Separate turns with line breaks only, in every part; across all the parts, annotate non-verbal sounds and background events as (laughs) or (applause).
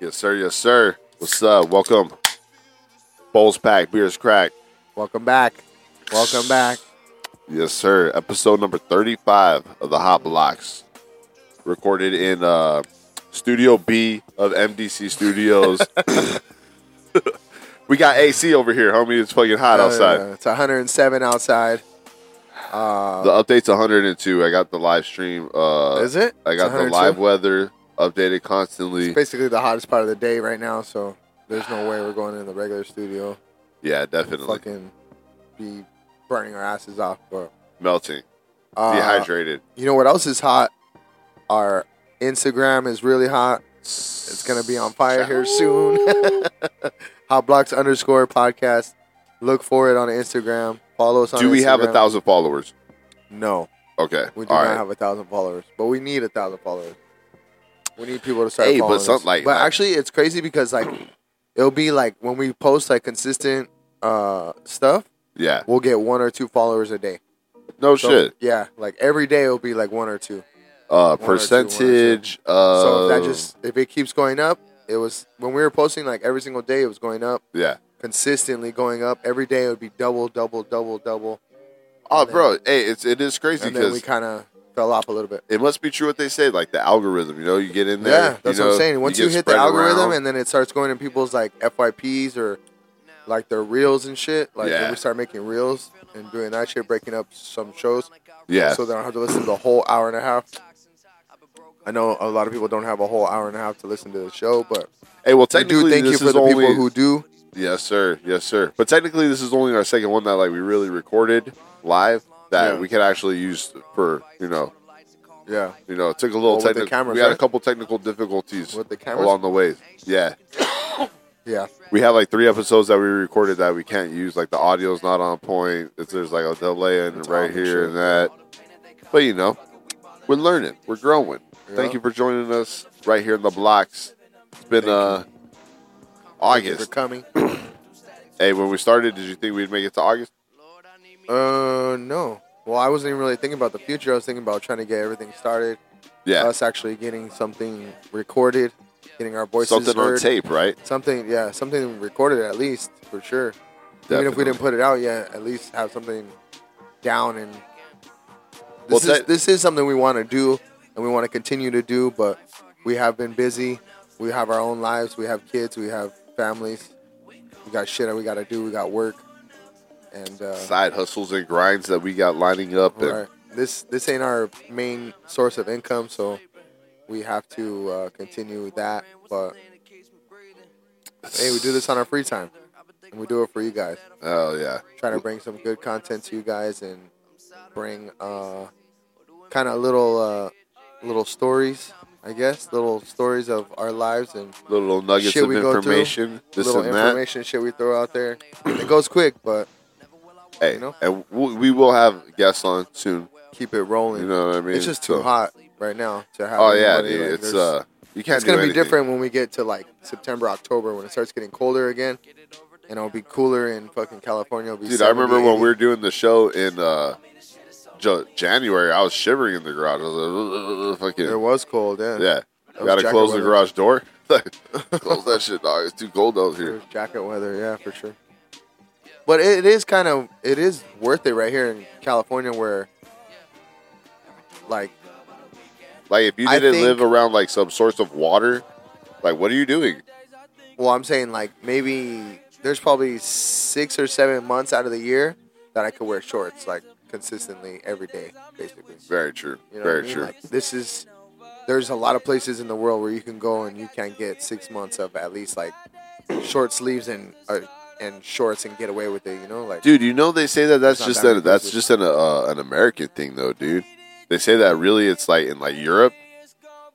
Yes, sir. Yes, sir. What's up? Welcome. Bowls packed, beers cracked.
Welcome back. Welcome back.
Yes, sir. Episode number 35 of the Hot Blocks. Recorded in uh, Studio B of MDC Studios. (laughs) we got AC over here, homie. It's fucking hot outside.
Uh, it's 107 outside. Um,
The update's 102. I got the live stream. Uh,
Is it?
I got
It's
the
102?
live weather updated constantly.
It's basically the hottest part of the day right now, so there's no way we're going in the regular studio.
Yeah, definitely.
Fucking be burning our asses off. But
Melting.
uh,
Dehydrated.
You know what else is hot? Our Instagram is really hot. It's gonna be on fire here soon. (laughs) Hot blocks underscore podcast. Look for it on Instagram. Follow us on.
Do we have a
Instagram.
thousand followers?
No,
Okay.
we do
All
not
right.
have a thousand followers, but we need a thousand followers. We need people to start.
Hey, but
following us.
some- like-
but
like-
actually, it's crazy because like (clears throat) it'll be like when we post like consistent uh stuff,
yeah.
we'll get one or two followers a day.
No
So,
shit.
Yeah, like every day it'll be like one or two.
Uh,
two, one or two.
percentage
so
of
if that just if it keeps going up, it was when we were posting like every single day, it was going up.
yeah.
consistently going up. Every day it would be double, double, double, double.
Oh,
And then-
bro. Hey, it's it is crazy
And then we
because
kind of fell off a little bit.
it must be true what they say. Like the algorithm, you know, you get in there.
yeah, that's
you
what
know,
I'm saying. Once you,
get
hit the
spread
algorithm
around.
and then it starts going in people's like FYPs or like their reels and shit, like
Yeah.
when we start making reels and doing that shit, breaking up some shows
yeah,
so they don't have to listen to the whole hour and a half. I know a lot of people don't have a whole hour and a half to listen to the show, but
hey, well,
I do
technically,
thank you
this
for
is
the
only
people who do.
yes, sir, yes, sir. But technically, this is only our second one that like we really recorded live that
Yeah.
we can actually use for you know,
Yeah,
you know, it took a little
Well, with the
technical.
cameras,
we had a
right?
couple technical difficulties
With the cameras?
along the way. Yeah,
yeah.
we have like three episodes that we recorded that we can't use. Like the audio's not on point. It's, there's like a delay in
It's
right
awful
here
shit.
and that. But you know, we're learning. We're growing. Thank
Yeah.
you for joining us right here in the blocks. It's been
Thank you.
uh
Thank you for
August.
coming.
Hey, when we started, did you think we'd make it to August?
Uh, no. Well, I wasn't even really thinking about the future. I was thinking about trying to get everything started.
Yeah,
Us actually getting something recorded, getting our voices
something
heard.
on tape, right?
Something, yeah, something recorded at least for sure. Even if we didn't
Definitely.
put it out yet, at least have something down and.
Well,
This is
that-
this is something we want to do, and we want to continue to do. But we have been busy. We have our own lives. We have kids. We have families. We got shit that we got to do. We got work, and uh,
side hustles and grinds that we got lining up, and
Right. This this ain't our main source of income, so we have to uh, continue with that. But hey, we do this on our free time, and we do it for you guys.
oh yeah,
Try to bring some good content to you guys and bring uh, kind of little uh, little stories, I guess, little stories of our lives and
little nuggets
Shit
of
we go through,
information, this
little
and that.
information shit we throw out there. It goes quick, but
Hey,
you know?
and we, we will have guests on soon.
keep it rolling.
You know what I mean?
it's just too
So-
hot right now to have.
Oh yeah,
anybody,
dude,
like,
it's
there's-
uh, you can't.
it's gonna
do
be
anything.
different when we get to like September, October, when it starts getting colder again, and it'll be cooler in fucking California. It'll be
Dude, I remember
70,
when we were doing the show in uh, Ja- January, I was shivering in the garage. I was like, "Ugh,
80.
fucking,
It was cold, yeah.
yeah.
was
Gotta
jacket
close the
weather.
garage door. (laughs)
(laughs)
close that shit, dog. It's too cold out
It
here.
was jacket weather, yeah, for sure. But it, it is kind of it is worth it right here in California, where like
Like, if you
I
didn't
think-
live around like some source of water, like, what are you doing?
well, I'm saying like maybe there's probably six or seven months out of the year that I could wear shorts like consistently every day, basically.
Very true.
You know what I
Very
mean?
true.
Like, this is there's a lot of places in the world where you can go and you can get six months of at least like short sleeves and uh, and shorts and get away with it. You know, like
dude, you know they say that that's
It's not
just
that
an, that's
expensive.
just an uh, an American thing though, dude. They say that really it's like in like Europe.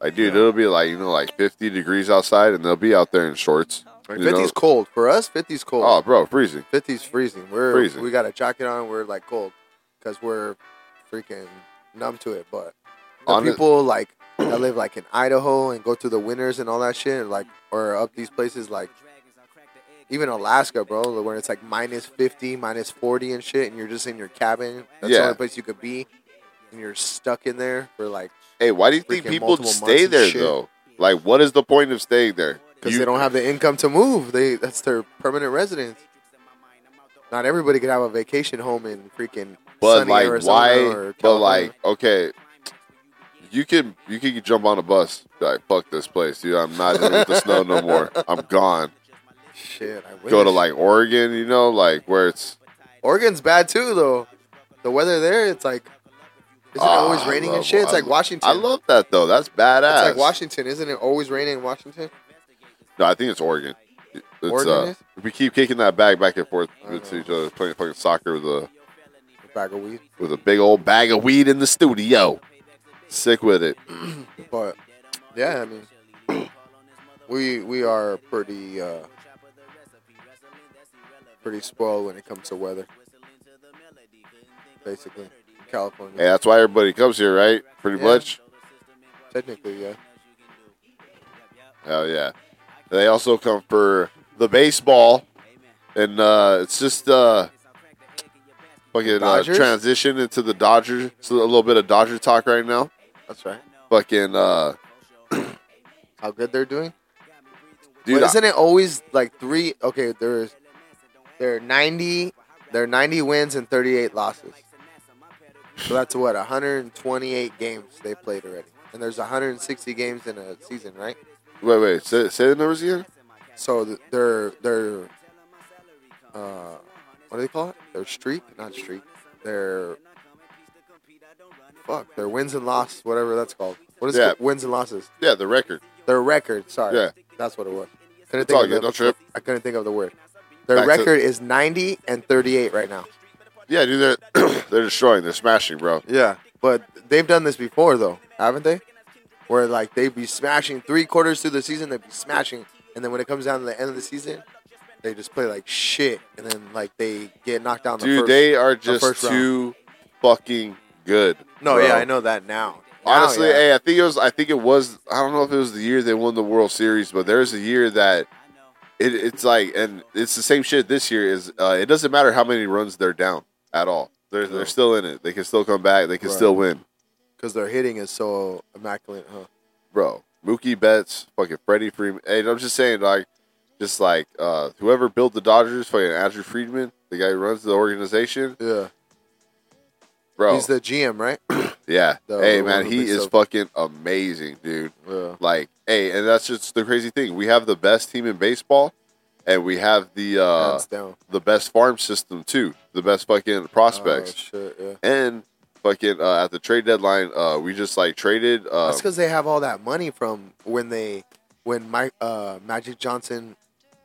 Like, dude, it'll be like you know, like fifty degrees outside, and they'll be out there in shorts. you know?
fifty's cold for us. Fifty's
Oh,
cold.
bro, freezing.
Fifty's freezing. We're
Freezing.
we got a jacket on. We're like cold because we're freaking numb to it. But the
On it-
people like that live like in Idaho and go through the winters and all that shit, like or up these places like even Alaska, bro, when it's like minus 50, minus 40 and shit, and you're just in your cabin. That's
Yeah.
the only place you could be. And you're stuck in there for like,
Hey, why do you think
Freaking
people
multiple
stay
months and
there
shit.
though? Like, what is the point of staying there?
because
You-
they don't have the income to move. They that's their permanent residence. Not everybody could have a vacation home in freaking
But
sunny
like,
Arizona
why?
or
But
California.
like, okay, you can you can jump on a bus. be Like, fuck this place, dude. I'm not in the snow no
(laughs)
more. I'm gone.
shit, I wish.
Go to like Oregon, you know, like where it's
Oregon's bad too though. The weather there, it's like isn't it
Ah,
always
I
raining
love-
and shit? It's
I
like
lo-
Washington.
I love that though. That's badass.
it's like Washington, isn't it always raining in Washington?
No, I think it's Oregon. It's,
Oregon
uh, we keep kicking that bag back and forth
I know.
to each other, playing fucking soccer with a
A bag of weed.
with a big old bag of weed in the studio. Sick with it.
Mm. But yeah, I mean we we are pretty uh pretty spoiled when it comes to weather. Basically. California.
Hey, that's why everybody comes here, right? Pretty
Yeah.
much.
Technically, yeah.
Hell yeah. They also come for the baseball, and uh, it's just uh, fucking uh,
Dodgers?
transition into the Dodgers. So a little bit of Dodger talk right now.
That's right.
Fucking uh,
How good they're doing.
dude,
But isn't it always like three? Okay, there's there are ninety, there are ninety wins and thirty eight losses. So that's what hundred and twenty eight games they played already, and there's hundred and sixty games in a season, right?
I- wait, wait, say, say the numbers again.
So th- their their uh, what do they call it? Their streak, not streak. Their fuck, their wins and losses, whatever that's called. What is
Yeah.
it? Wins and losses.
Yeah, the record.
Their record. Sorry.
Yeah.
That's what it was. Couldn't
It's all
of the-
good. Don't trip.
I couldn't think of the word. Their
Back to-
record is 90 and 38 right now.
Yeah, dude, they're (clears throat) they're destroying. They're smashing, bro.
Yeah. But they've done this before, though, haven't they? Where, like, they'd be smashing three quarters through the season, they'd be smashing. And then when it comes down to the end of the season, they just play like shit. And then, like, they get knocked down the
Dude,
first.
they are
first
just
round.
too fucking good.
no,
bro.
yeah, I know that now. Now,
Honestly,
yeah.
hey, I think it was. I think it was. I don't know if it was the year they won the World Series, but there's a year that it, it's like, and it's the same shit this year. Is uh, it doesn't matter how many runs they're down at all. They're
No.
they're still in it. They can still come back. They can
Right.
still win,
Because their hitting is so immaculate, huh?
bro. Mookie Betts, fucking Freddie Freeman. Hey, I'm just saying, like, just like uh, whoever built the Dodgers, fucking Andrew Friedman, the guy who runs the organization,
Yeah.
bro.
He's the GM, right?
yeah.
the-
hey, man,
the one who
he
picks
is
up-
fucking amazing, dude.
yeah.
Like, hey, and that's just the crazy thing. We have the best team in baseball, and we have the uh,
Hands down. Oh,
the best farm system too. The best fucking prospects,
Oh, shit, yeah.
and fucking uh, at the trade deadline, uh, we just like traded. Uh,
That's because they have all that money from when they when Mike uh, Magic Johnson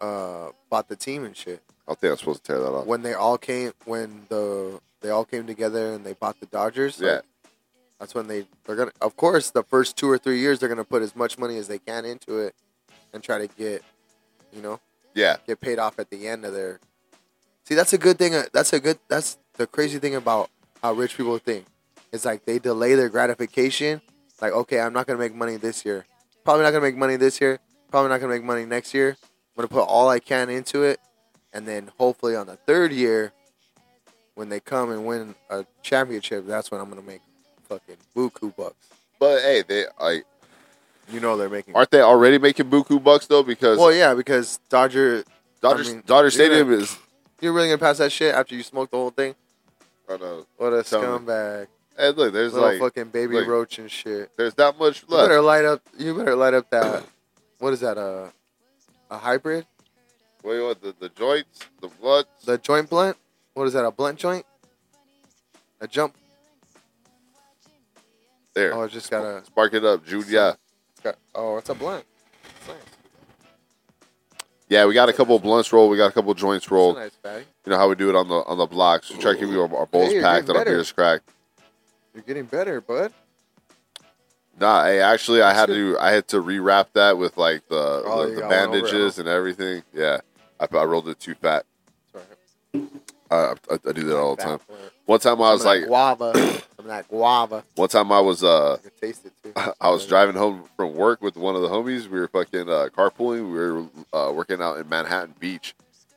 uh, bought the team and shit.
I think I'm supposed to tear that off.
When they all came, when the they all came together and they bought the Dodgers. like,
Yeah.
that's when they they're gonna. Of course, the first two or three years they're gonna put as much money as they can into it and try to get, you know,
Yeah,
get paid off at the end of their. See, that's a good thing. uh, That's a good. That's the crazy thing about how rich people think. It's like they delay their gratification. Like, okay, I'm not gonna make money this year. Probably not gonna make money this year. Probably not gonna make money next year. I'm gonna put all I can into it, and then hopefully on the third year, when they come and win a championship, that's when I'm gonna make fucking buku bucks.
but hey, they like
You know they're making.
aren't they already making buku bucks though? Because
Well, yeah, because Dodger,
Dodger
I mean,
Dodger
you're
Stadium
gonna-
is.
you're really gonna pass that shit after you smoke the whole thing.
I know.
What a
Tell me.
scumbag!
Hey, look, there's
Little
like
fucking baby
like-
roach and shit.
there's that much
You
left.
better light up. You better light up that. what is that? A a hybrid?
Wait, what? The, the joints, the blood.
The joint blunt? What is that? A blunt joint? A jump?
There,
Oh, I just got a.
spark it up, Jude. Yeah.
it's got- oh, it's a blunt. It's nice.
Yeah, we got a couple blunts rolled. We got a couple joints
It's
rolled.
a nice bag.
You know how we do it on the on the blocks. We try to keep our, our bowls
Hey, you're
packed
getting
and our
better.
beers cracked.
You're getting better, bud.
Nah, hey, actually, I
That's
had
good.
to I had to rewrap that with like the
Oh,
the,
you
the
got one over it,
bandages and everything. Yeah, I, I rolled it too fat.
Sorry.
I, I, I do that all the time.
Fat plant.
One time I
I'm
was like, (coughs)
guava. I'm like guava.
one time I was uh
I can taste it too.
(laughs) I was driving home from work with one of the homies. We were fucking uh, carpooling. We were uh, working out in Manhattan Beach.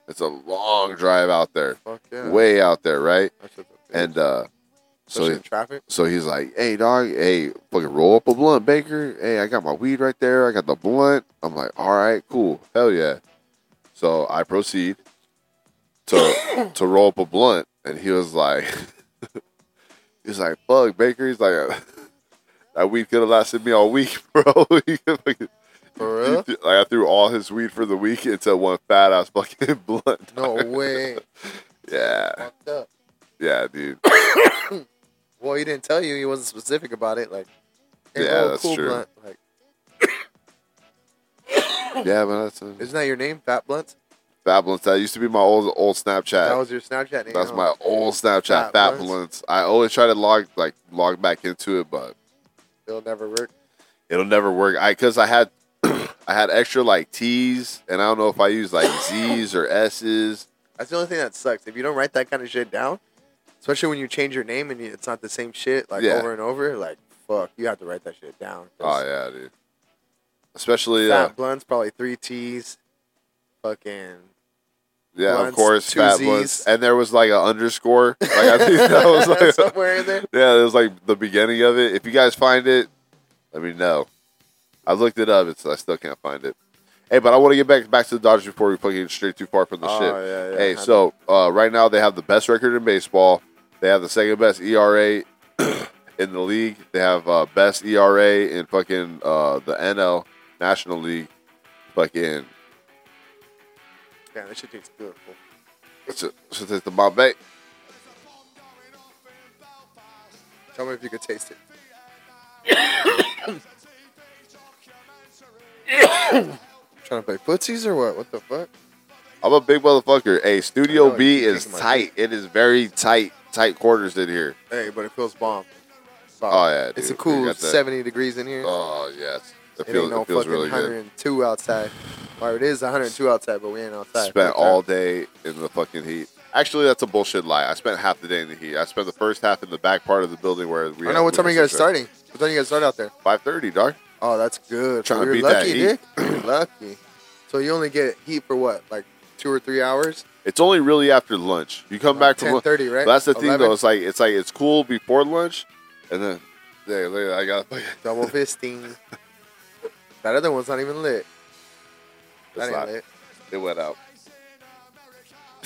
It's a long drive out there,
Fuck yeah.
way out there, right?
That shit's a bitch.
and uh
especially
So
in traffic.
so he's like, "Hey, dog, hey, fucking roll up a blunt, Baker. Hey, I got my weed right there. I got the blunt." I'm like, "All right, cool, hell yeah." So I proceed to to roll up a blunt, and he was like, (laughs) "He's like, fuck, Baker. He's like, (laughs) that weed could have lasted me all week, (laughs) bro." He fucking-
For
he (laughs)
real?
th- like I threw all his weed for the week into one fat ass fucking (laughs) blunt.
No way.
Yeah,
Fucked up.
yeah, dude.
Well, he didn't tell you. He wasn't specific about it. Like,
Yeah,
roll a
that's true.
Blunt. Like,
Yeah, man, that's a,
isn't that your name, Fat Blunt?
fat blunts. That used to be my old old Snapchat.
That was your Snapchat name. Oh,
That's
huh?
my old Snapchat,
Fat
Fat
Blunts.
Blunts. I always try to log like log back into it, but
It'll never work.
it'll never work. I because I had (clears throat) I had extra like T's, and I don't know if I use like Z's or S's.
That's the only thing that sucks. If you don't write that kind of shit down, especially when you change your name and you, it's not the same shit like
Yeah.
over and over, like fuck, you have to write that shit down.
Oh yeah, dude. Especially
Fat
uh,
Blunt's probably three T's. Fucking
yeah, of
Blunts,
course,
two
Fat
Zs.
Blunts, and there was like an underscore. Like I think that
(laughs)
was like
somewhere in there.
(laughs) yeah, it was like the beginning of it. If you guys find it, let me know. I looked it up, it's I still can't find it. Hey, but I want to get back back to the Dodgers before we fucking straight too far from the
Oh,
shit.
yeah, yeah.
Hey, so uh, right now they have the best record in baseball. They have the second best ERA (clears throat) in the league. They have uh, best ERA in fucking uh, the NL National League. Fucking
Damn, that shit tastes beautiful.
so, so that's the Bombay.
Tell me if you could taste it. (coughs) Trying to play footsies or what? What the fuck?
I'm a big motherfucker. Hey,
I
Studio
know,
B
you keep
is
taking my
tight. It is very tight, tight quarters in here.
Hey, but it feels bomb.
Oh, yeah,
it's a
dude. We
cool
got that.
seventy degrees in here.
Oh yes, it
It
feels
ain't no
it feels
fucking
really good.
102 outside. Or it is 102 outside, but we ain't outside.
Spent all day in the fucking heat. Actually, that's a bullshit lie. I spent half the day in the heat. I spent the first half in the back part of the building where we.
I know what time are you guys starting. What time you guys start out there?
Five thirty, dog.
Oh, that's good.
Trying to
You're
beat that
lucky,
heat.
Dick. You're (coughs) lucky. So you only get heat for what, like two or three hours?
It's only really after lunch. You come back from lunch.
10:30, right?
That's the thing,
11?
though. It's like it's like it's cool before lunch, and then yeah, later I got.
(laughs)
(laughs)
Double fisting. that other one's not even lit. That
It's
ain't
not.
lit.
It went out.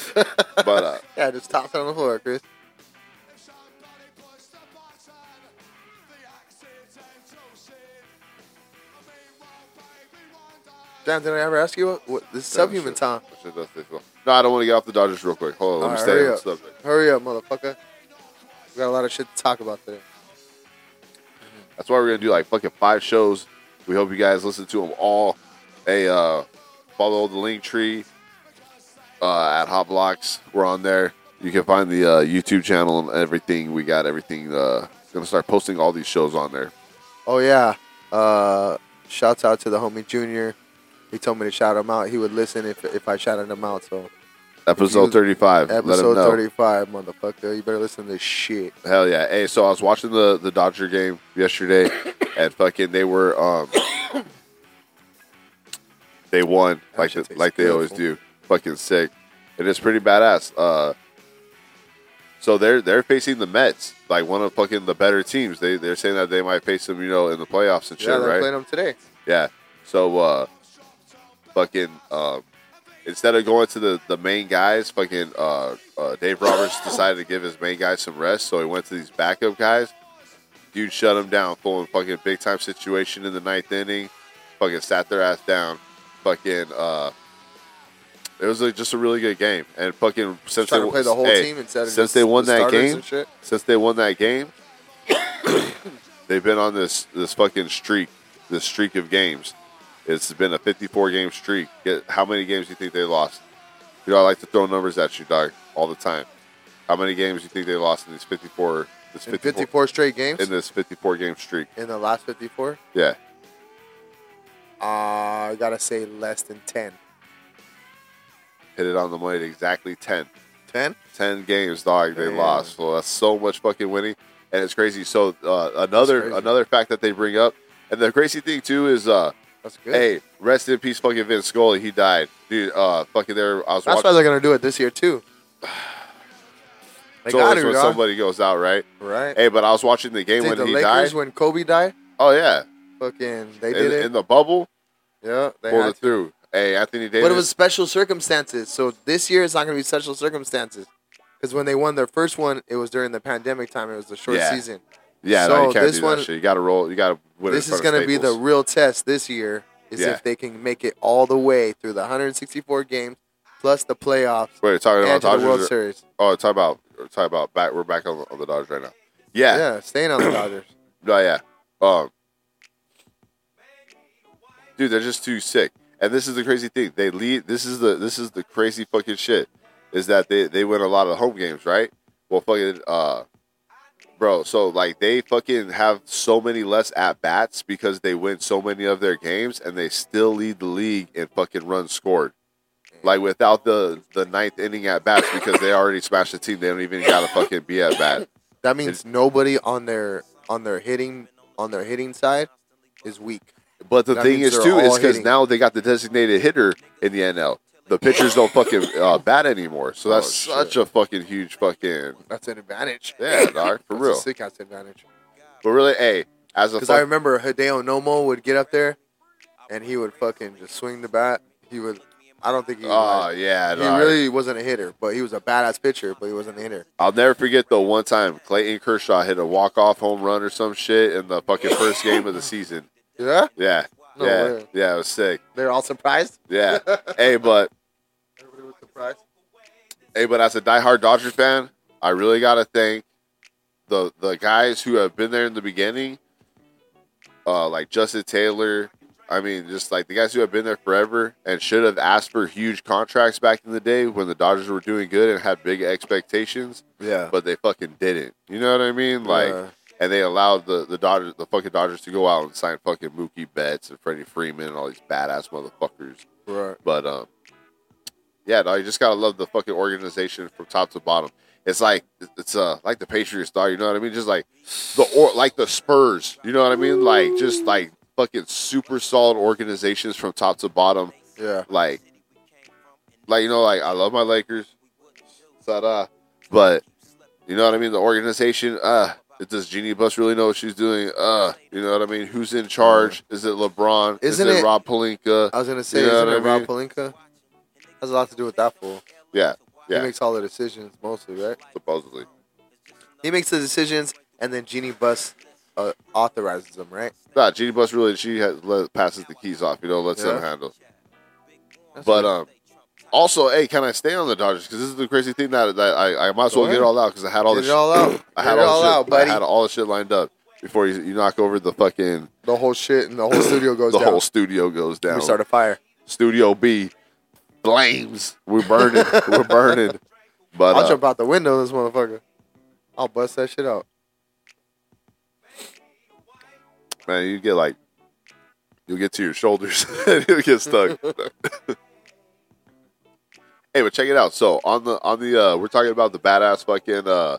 (laughs) but uh,
Yeah, just toss it on the floor, Chris. Damn, did I ever ask you what, what this is
Damn,
(laughs) subhuman
shit.
time?
shit does taste well. no, I don't want to get off the Dodgers real quick. Hold on, let me
All right,
stay
hurry
on the
up.
subject.
Hurry up, motherfucker. We got a lot of shit to talk about today.
That's why we're gonna do like fucking five shows. We hope you guys listen to them all. Hey, uh, follow the link tree uh, at Hot Blocks. We're on there. You can find the uh, YouTube channel and everything. We got everything. Uh, gonna start posting all these shows on there.
Oh yeah. Uh shouts out to the homie Junior. He told me to shout him out. He would listen if if I shouted him out, so
Episode
You-
thirty-five. Let 'em
episode
know.
thirty five, motherfucker. You better listen to this shit.
Hell yeah. Hey, so I was watching the the Dodger game
(coughs)
yesterday and fucking they were um they won
That
like
shit
the,
tastes
like they always do.
beautiful.
Fucking sick. And it's pretty badass. Uh so they're they're facing the Mets, like one of fucking the better teams. They they're saying that they might face them, you know, in the playoffs and shit,
yeah, they
right?
played him today.
Yeah. So uh fucking uh instead of going to the, the main guys, fucking uh, uh Dave Roberts decided to give his main guys some rest, so he went to these backup guys. Dude shut him down, throwing fucking big time situation in the ninth inning, fucking sat their ass down, fucking uh it was like, just a really good game, and fucking since
trying
they
to play the whole
hey,
team instead of
since
just
they won
the
that
starters
game,
and shit.
since they won that game, (coughs) they've been on this this fucking streak, this streak of games. It's been a 54 game streak. Get, how many games do you think they lost? You know, I like to throw numbers at you, dog, all the time. How many games do you think they lost in these 54? This
in
54,
54 straight games
in this 54 game streak.
in the last 54
Yeah,
uh, i gotta say less than 10
hit it on the money. at Exactly 10.
10
10 games, dog. They
Damn.
lost. So that's so much fucking winning, and it's crazy. So uh, another
crazy.
another fact that they bring up, and the crazy thing too is. uh
that's good
Hey, rest in peace, fucking Vince Scully. He died, dude. Uh, fucking there. I was
that's why
(sighs) watching.
they're gonna do it this year too They
it's
got
always
to,
when
dog.
somebody goes out, right?
right?
Hey, but I was watching the game
Dude,
when
the
he
Lakers
died.
when Kobe died,
oh yeah,
fucking they
in,
did it.
in the bubble,
yeah, they
pulled
had
it
to.
through. Hey, Anthony Davis.
But it was special circumstances. So this year it's not going to be special circumstances because when they won their first one, it was during the pandemic time. It was the short
Yeah.
season.
yeah, no,
so
you can't
this
do that
one-
shit. You got to roll. You got to win.
this is going to be the real test this year. Is
Yeah.
if they can make it all the way through the 164 games plus the playoffs
Wait, you're talking
and
about
to the World
Dodgers. Or,
Series.
oh, talk about talk about back. We're back on the, on the Dodgers right now. Yeah,
Yeah,
(clears throat)
staying on the Dodgers.
No, Oh, yeah. Um, dude, they're just too sick. And this is the crazy thing. They lead. This is the this is the crazy fucking shit. Is that they they win a lot of home games, right? Well, fucking uh, bro. So like they fucking have so many less at bats because they win so many of their games, and they still lead the league in fucking runs scored. Like without the the ninth inning at bats because they already smashed the team. They don't even gotta fucking be at bat.
That means nobody on their on their hitting on their hitting side is weak.
But the
That
thing
means
is
they're
too is
all
because
hitting.
now they got the designated hitter in the NL. The pitchers don't fucking uh, bat anymore, so that's
Oh, shit.
such a fucking huge fucking
That's an advantage.
yeah, dog, for
That's
real.
a sick ass advantage.
But really, hey, as a
Because I
fuck,
remember Hideo Nomo would get up there, and he would fucking just swing the bat. He would. I don't think he.
oh
was-
yeah,
he
dog.
really wasn't a hitter, but he was a badass pitcher. But he wasn't a hitter.
I'll never forget the one time Clayton Kershaw hit a walk off home run or some shit in the fucking first game of the season.
Yeah,
Yeah,
No
yeah,
way.
yeah, it was sick.
they're all surprised.
Yeah, hey, but
Everybody was surprised.
Hey, but as a diehard Dodger fan, I really gotta thank the the guys who have been there in the beginning, uh, like Justin Taylor. I mean, just like the guys who have been there forever and should have asked for huge contracts back in the day when the Dodgers were doing good and had big expectations,
Yeah,
but they fucking didn't. You know what I mean? Like,
Yeah.
and they allowed the the Dodgers, the fucking Dodgers, to go out and sign fucking Mookie Betts and Freddie Freeman and all these badass motherfuckers.
right.
But um, yeah, no, you just gotta love the fucking organization from top to bottom. It's like it's uh like the Patriots, dog. You know what I mean? Just like the or like the Spurs. You know what I mean? Like just like fucking super solid organizations from top to bottom.
Yeah,
Like, like you know, like I love my Lakers. Ta-da. But you know what I mean? The organization, uh, does Jeannie Bus really know what she's doing? Uh, you know what I mean? Who's in charge? Is it LeBron?
Isn't
Is it,
it-
Rob Palinka?
I was gonna say,
You know
isn't
what
it
I
Rob
mean?
Palinka? Has a lot to do with that fool.
yeah,
He
yeah,
makes all the decisions mostly, right?
supposedly.
He makes the decisions, and then Genie Bus uh, authorizes them, right?
Nah, Jeannie Bus really she has, let, passes the keys off. You know, lets
Yeah.
them handle.
That's
But
what-
um, also, hey, can I stay on the Dodgers? Because this is the crazy thing that, that I, I might as
Go
well get
ahead.
it all out because I had all
Get
the
it all out.
(clears throat) I had
Get it all
all, the shit,
out, buddy.
I had all the shit lined up before you, you knock over the fucking
the whole shit and the
(clears throat)
whole studio goes
the
down.
whole studio goes down.
We start a fire.
studio B flames. We're
(laughs)
burning. We're burning. But
I'll
uh,
jump out the window, this motherfucker. I'll bust that shit out.
man, you get like you'll get to your shoulders (laughs) and you'll get stuck. (laughs) hey, but check it out. So on the on the uh we're talking about the badass fucking uh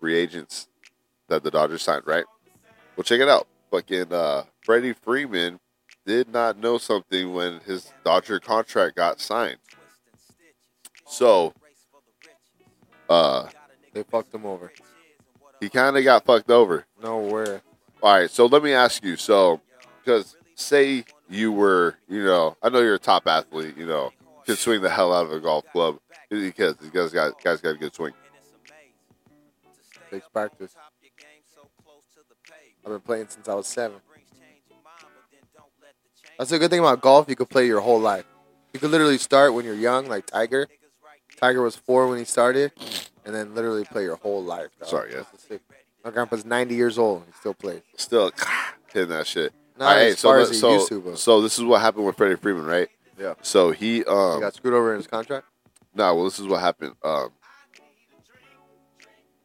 reagents that the Dodgers signed, right? Well check it out. Fucking uh Freddie Freeman did not know something when his Dodger contract got signed. So uh
They fucked him over.
he kinda got fucked over.
Nowhere.
All right, so let me ask you. So, because say you were, you know, I know you're a top athlete, you know, can swing the hell out of a golf club because these guys got guys got a good swing.
Takes practice. I've been playing since I was seven. That's a good thing about golf. You could play your whole life. You could literally start when you're young, like Tiger. Tiger was four when he started, and then literally play your whole life. dog.
Sorry, yeah.
That's sick. My grandpa's 90 years old. He still plays.
Still (sighs) hitting that shit.
Not
All right,
as far
let-
as he
so
used to, but
so this is what happened with Freddie Freeman, right?
Yeah.
So he um
he got screwed over in his contract.
No, well, this is what happened. Um,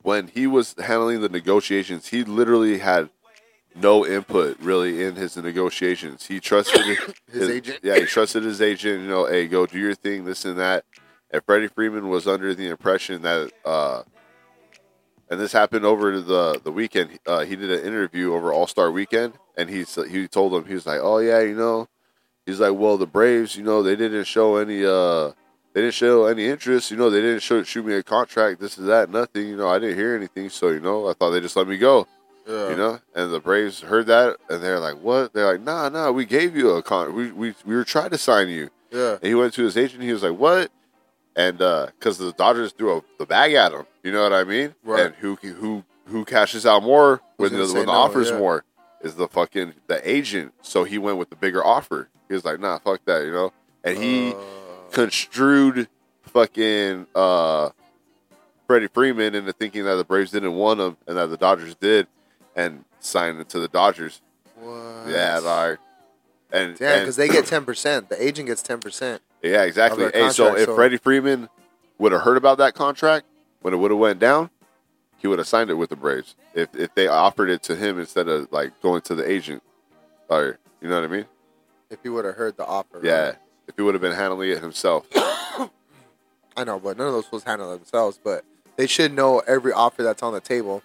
when he was handling the negotiations, he literally had no input really in his negotiations. He trusted
(coughs) His agent.
Yeah, he trusted his agent. You know, hey, go do your thing, this and that. And Freddie Freeman was under the impression that, uh, and this happened over the the weekend. Uh, he did an interview over All Star Weekend, and he s- he told him he was like, oh yeah, you know, he's like, well, the Braves, you know, they didn't show any. Uh, they didn't show any interest. You know, they didn't show, shoot me a contract. This is that, nothing. You know, I didn't hear anything. So you know, I thought they just let me go.
Yeah.
You know, and the Braves heard that and they're like, "What?" They're like, "Nah, nah, we gave you a con. We we we were trying to sign you."
Yeah.
And he went to his agent. He was like, "What?" And because the Dodgers threw a, the bag at him, you know what I mean?
Right.
And who who who cashes out more when the,
gonna
when
say
the
no,
offers
yeah.
more is the fucking the agent. So he went with the bigger offer. He was like, "Nah, fuck that," you know. And he
Uh,
construed fucking uh, Freddie Freeman into thinking that the Braves didn't want him and that the Dodgers did, and signed it to the Dodgers.
what?
Yeah, like, and
Damn,
and-
because they get ten percent. The agent gets ten percent.
yeah, exactly.
of their
Hey, so
contract,
if
so-
Freddie Freeman would have heard about that contract when it would have went down, he would have signed it with the Braves. If if they offered it to him instead of like going to the agent, or you know what I mean?
If he would have heard the offer.
Yeah.
right?
If he would have been handling it himself,
I know, but none of those fools handle themselves. But they should know every offer that's on the table,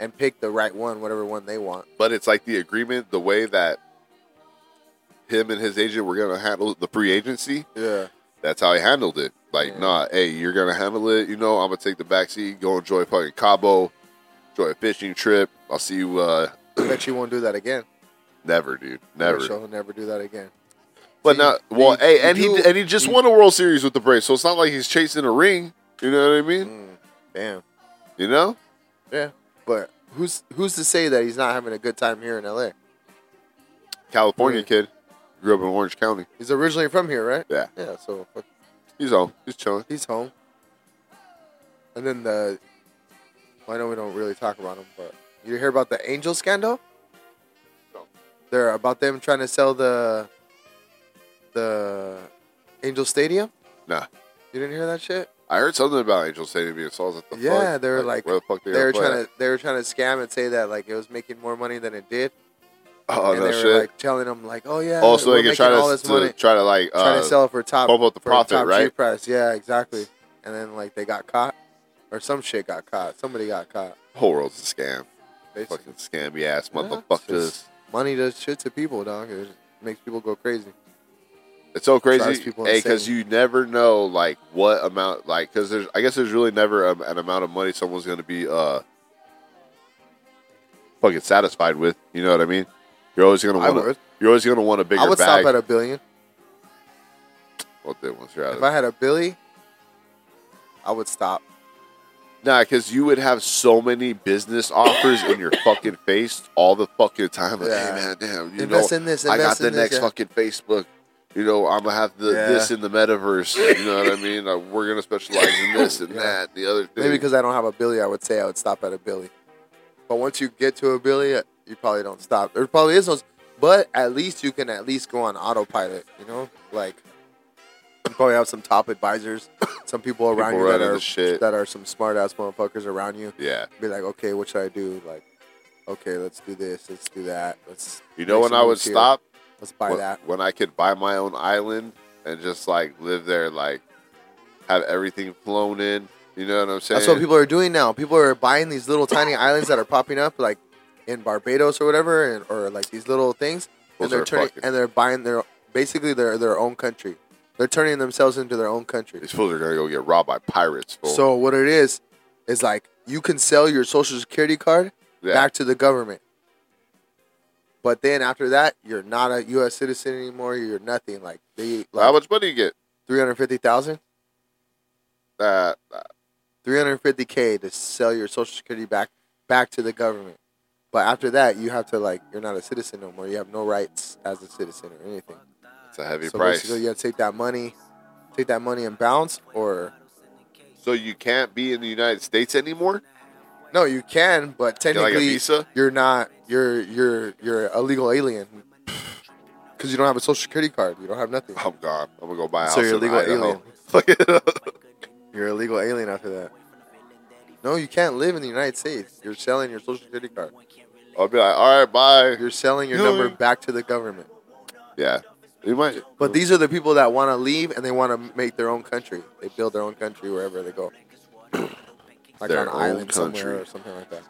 and pick the right one, whatever one they want.
but it's like the agreement, the way that him and his agent were going to handle the free agency.
Yeah.
That's how he handled it. Like,
Yeah.
nah, hey, you're gonna handle it. You know, I'm gonna take the back seat, go enjoy fucking Cabo, enjoy a fishing trip. I'll see you. uh
I bet you won't do that agaagain.
Never, dude.
I bet
Never.
you will never do that again.
But
So
now,
you-
well,
you-
hey,
you
and he
do-
and he just
you-
won a World Series with the Braves, so it's not like he's chasing a ring. You know what I mean?
Mm, damn. Mm-hmm.
You know?
Yeah. But who's who's to say that he's not having a good time here in L.A.?
California
Mm.
kid, grew up in Orange County.
He's originally from here, right?
Yeah,
Yeah. So fuck,
he's home. He's chilling.
he's home. And then the. Well, I know we don't really talk about him, but you hear about the Angel scandal?
No.
They're about them trying to sell the. The, Angel Stadium.
Nah,
You didn't hear that shit?
I heard something about Angel Stadium being sold. I was like, the
Yeah,
fuck?
they were like-
where the fuck they,
They
gonna
were
play
trying to they were trying to scam and say that like it was making more money than it did,
at? Oh
and
no
they
shit.
were like telling them like, oh yeah,
oh, so
we're
they can
making
try
all
to,
this money,
to try to like uh,
trying to sell it for top,
bump up the
for
profit,
top
right?
cheap price. Yeah, exactly. And then like they got caught, or some shit got caught. Somebody got caught.
whole world's a scam.
Basically.
Fucking scammy ass
Yeah,
motherfuckers.
it's- Money does shit to people, dog. It makes people go crazy.
It's so
Drives
crazy,
people
because
insane.
you never know like what amount, like because there's, I guess there's really never um an amount of money someone's going to be uh fucking satisfied with. You know what I mean? You're always going to
I
want.
would.
You're always going to want a bigger
I would
bag.
stop at a billion.
Well, then once you're out
If
of-
I had a billy, I would stop.
Nah, because you would have so many business offers in your fucking face all the fucking time. Like,
Yeah.
hey man, damn, you know,
invest in this.
I
Invest
got the
in this,
next
yeah.
fucking Facebook. You know, I'm gonna have the
Yeah.
this in the metaverse. You know what I mean? Like, we're gonna specialize in this and
(laughs) Yeah.
that, the other thing.
Maybe because I don't have a billy, I would say I would stop at a billy. But once you get to a billy, uh, you probably don't stop. There probably is no, but at least you can at least go on autopilot. You know, like you probably have some top advisors, (coughs) some people around
People
you that
running
are
the shit.
that are some smart ass motherfuckers around you.
yeah,
Be like, okay, what should I do? Like, okay, let's do this, let's do that, let's
you know
make
when
some
I would
moves here.
stop
let's buy
when,
that.
when I could buy my own island and just like live there, like have everything flown in. You know what I'm saying?
That's what people are doing now. People are buying these little (laughs) tiny islands that are popping up, like in Barbados or whatever, and, or like these little things,
Those
and they're
are
turning
fucking-
and they're buying their basically their their own country. They're turning themselves into their own country.
These fools are gonna go get robbed by pirates. Fool.
So what it is is like you can sell your social security card
yeah,
back to the government, but then after that, you're not a U.S. citizen anymore. You're nothing. Like they
how
like
much money you get?
three hundred fifty thousand.
Uh,
350k to sell your social security back back to the government. But after that, you have to like you're not a citizen no more. You have no rights as a citizen or anything.
it's a heavy
So
price.
basically, you have to take that money, take that money and bounce, or
so you can't be in the United States anymore.
no, you can, but
Get like a
technically
visa.
you're not. You're you're you're a legal alien because you don't have a social security card. You don't have nothing.
I'm gone. Oh, I'm gonna go buy a house.
So you're a
in
legal
Idaho. (laughs)
alien. You're a legal alien after that. No, you can't live in the United States. You're selling your social security card.
I'll be like, all right, bye.
You're selling your
No.
number back to the government.
Yeah, you might.
But these are the people that want to leave and they want to make their own country. They build their own country wherever
(clears throat)
they go, like
Their
on an
own
island somewhere
country.
or something like that.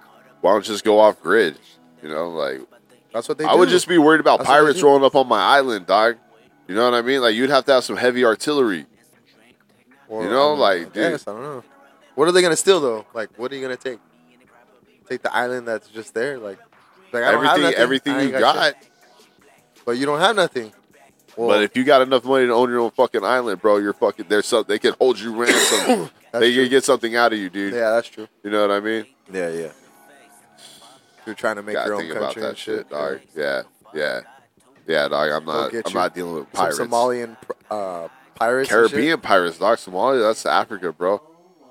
why don't you just go off grid? You know, like
That's what they.
I
do.
would just be worried about
That's what they
pirates
do.
rolling up on my island, dog. You know what I mean? Like you'd have to have some heavy artillery.
Or
You know,
I mean,
like,
I
dude.
guess, I don't know. What are they gonna steal though? Like, what are you gonna take? Take the island that's just there, like, like I don't have
everything,
nothing. I
everything
ain't
you got.
shit. but you don't have nothing. Well,
but if you got enough money to own your own fucking island, bro, you're fucking. There's something they can hold you ransom.
(coughs) That's
they
true.
can get something out of you, dude.
yeah, that's true.
You know what I mean?
Yeah, yeah. You're trying to make
Gotta
your own
think
country
about that
and shit.
shit, dog. Yeah, yeah, yeah, dog. I'm not.
get
I'm
you
not dealing with
Some
pirates.
Somalian uh, pirates. and shit.
Caribbean pirates, dog. Somalia, that's Africa, bro.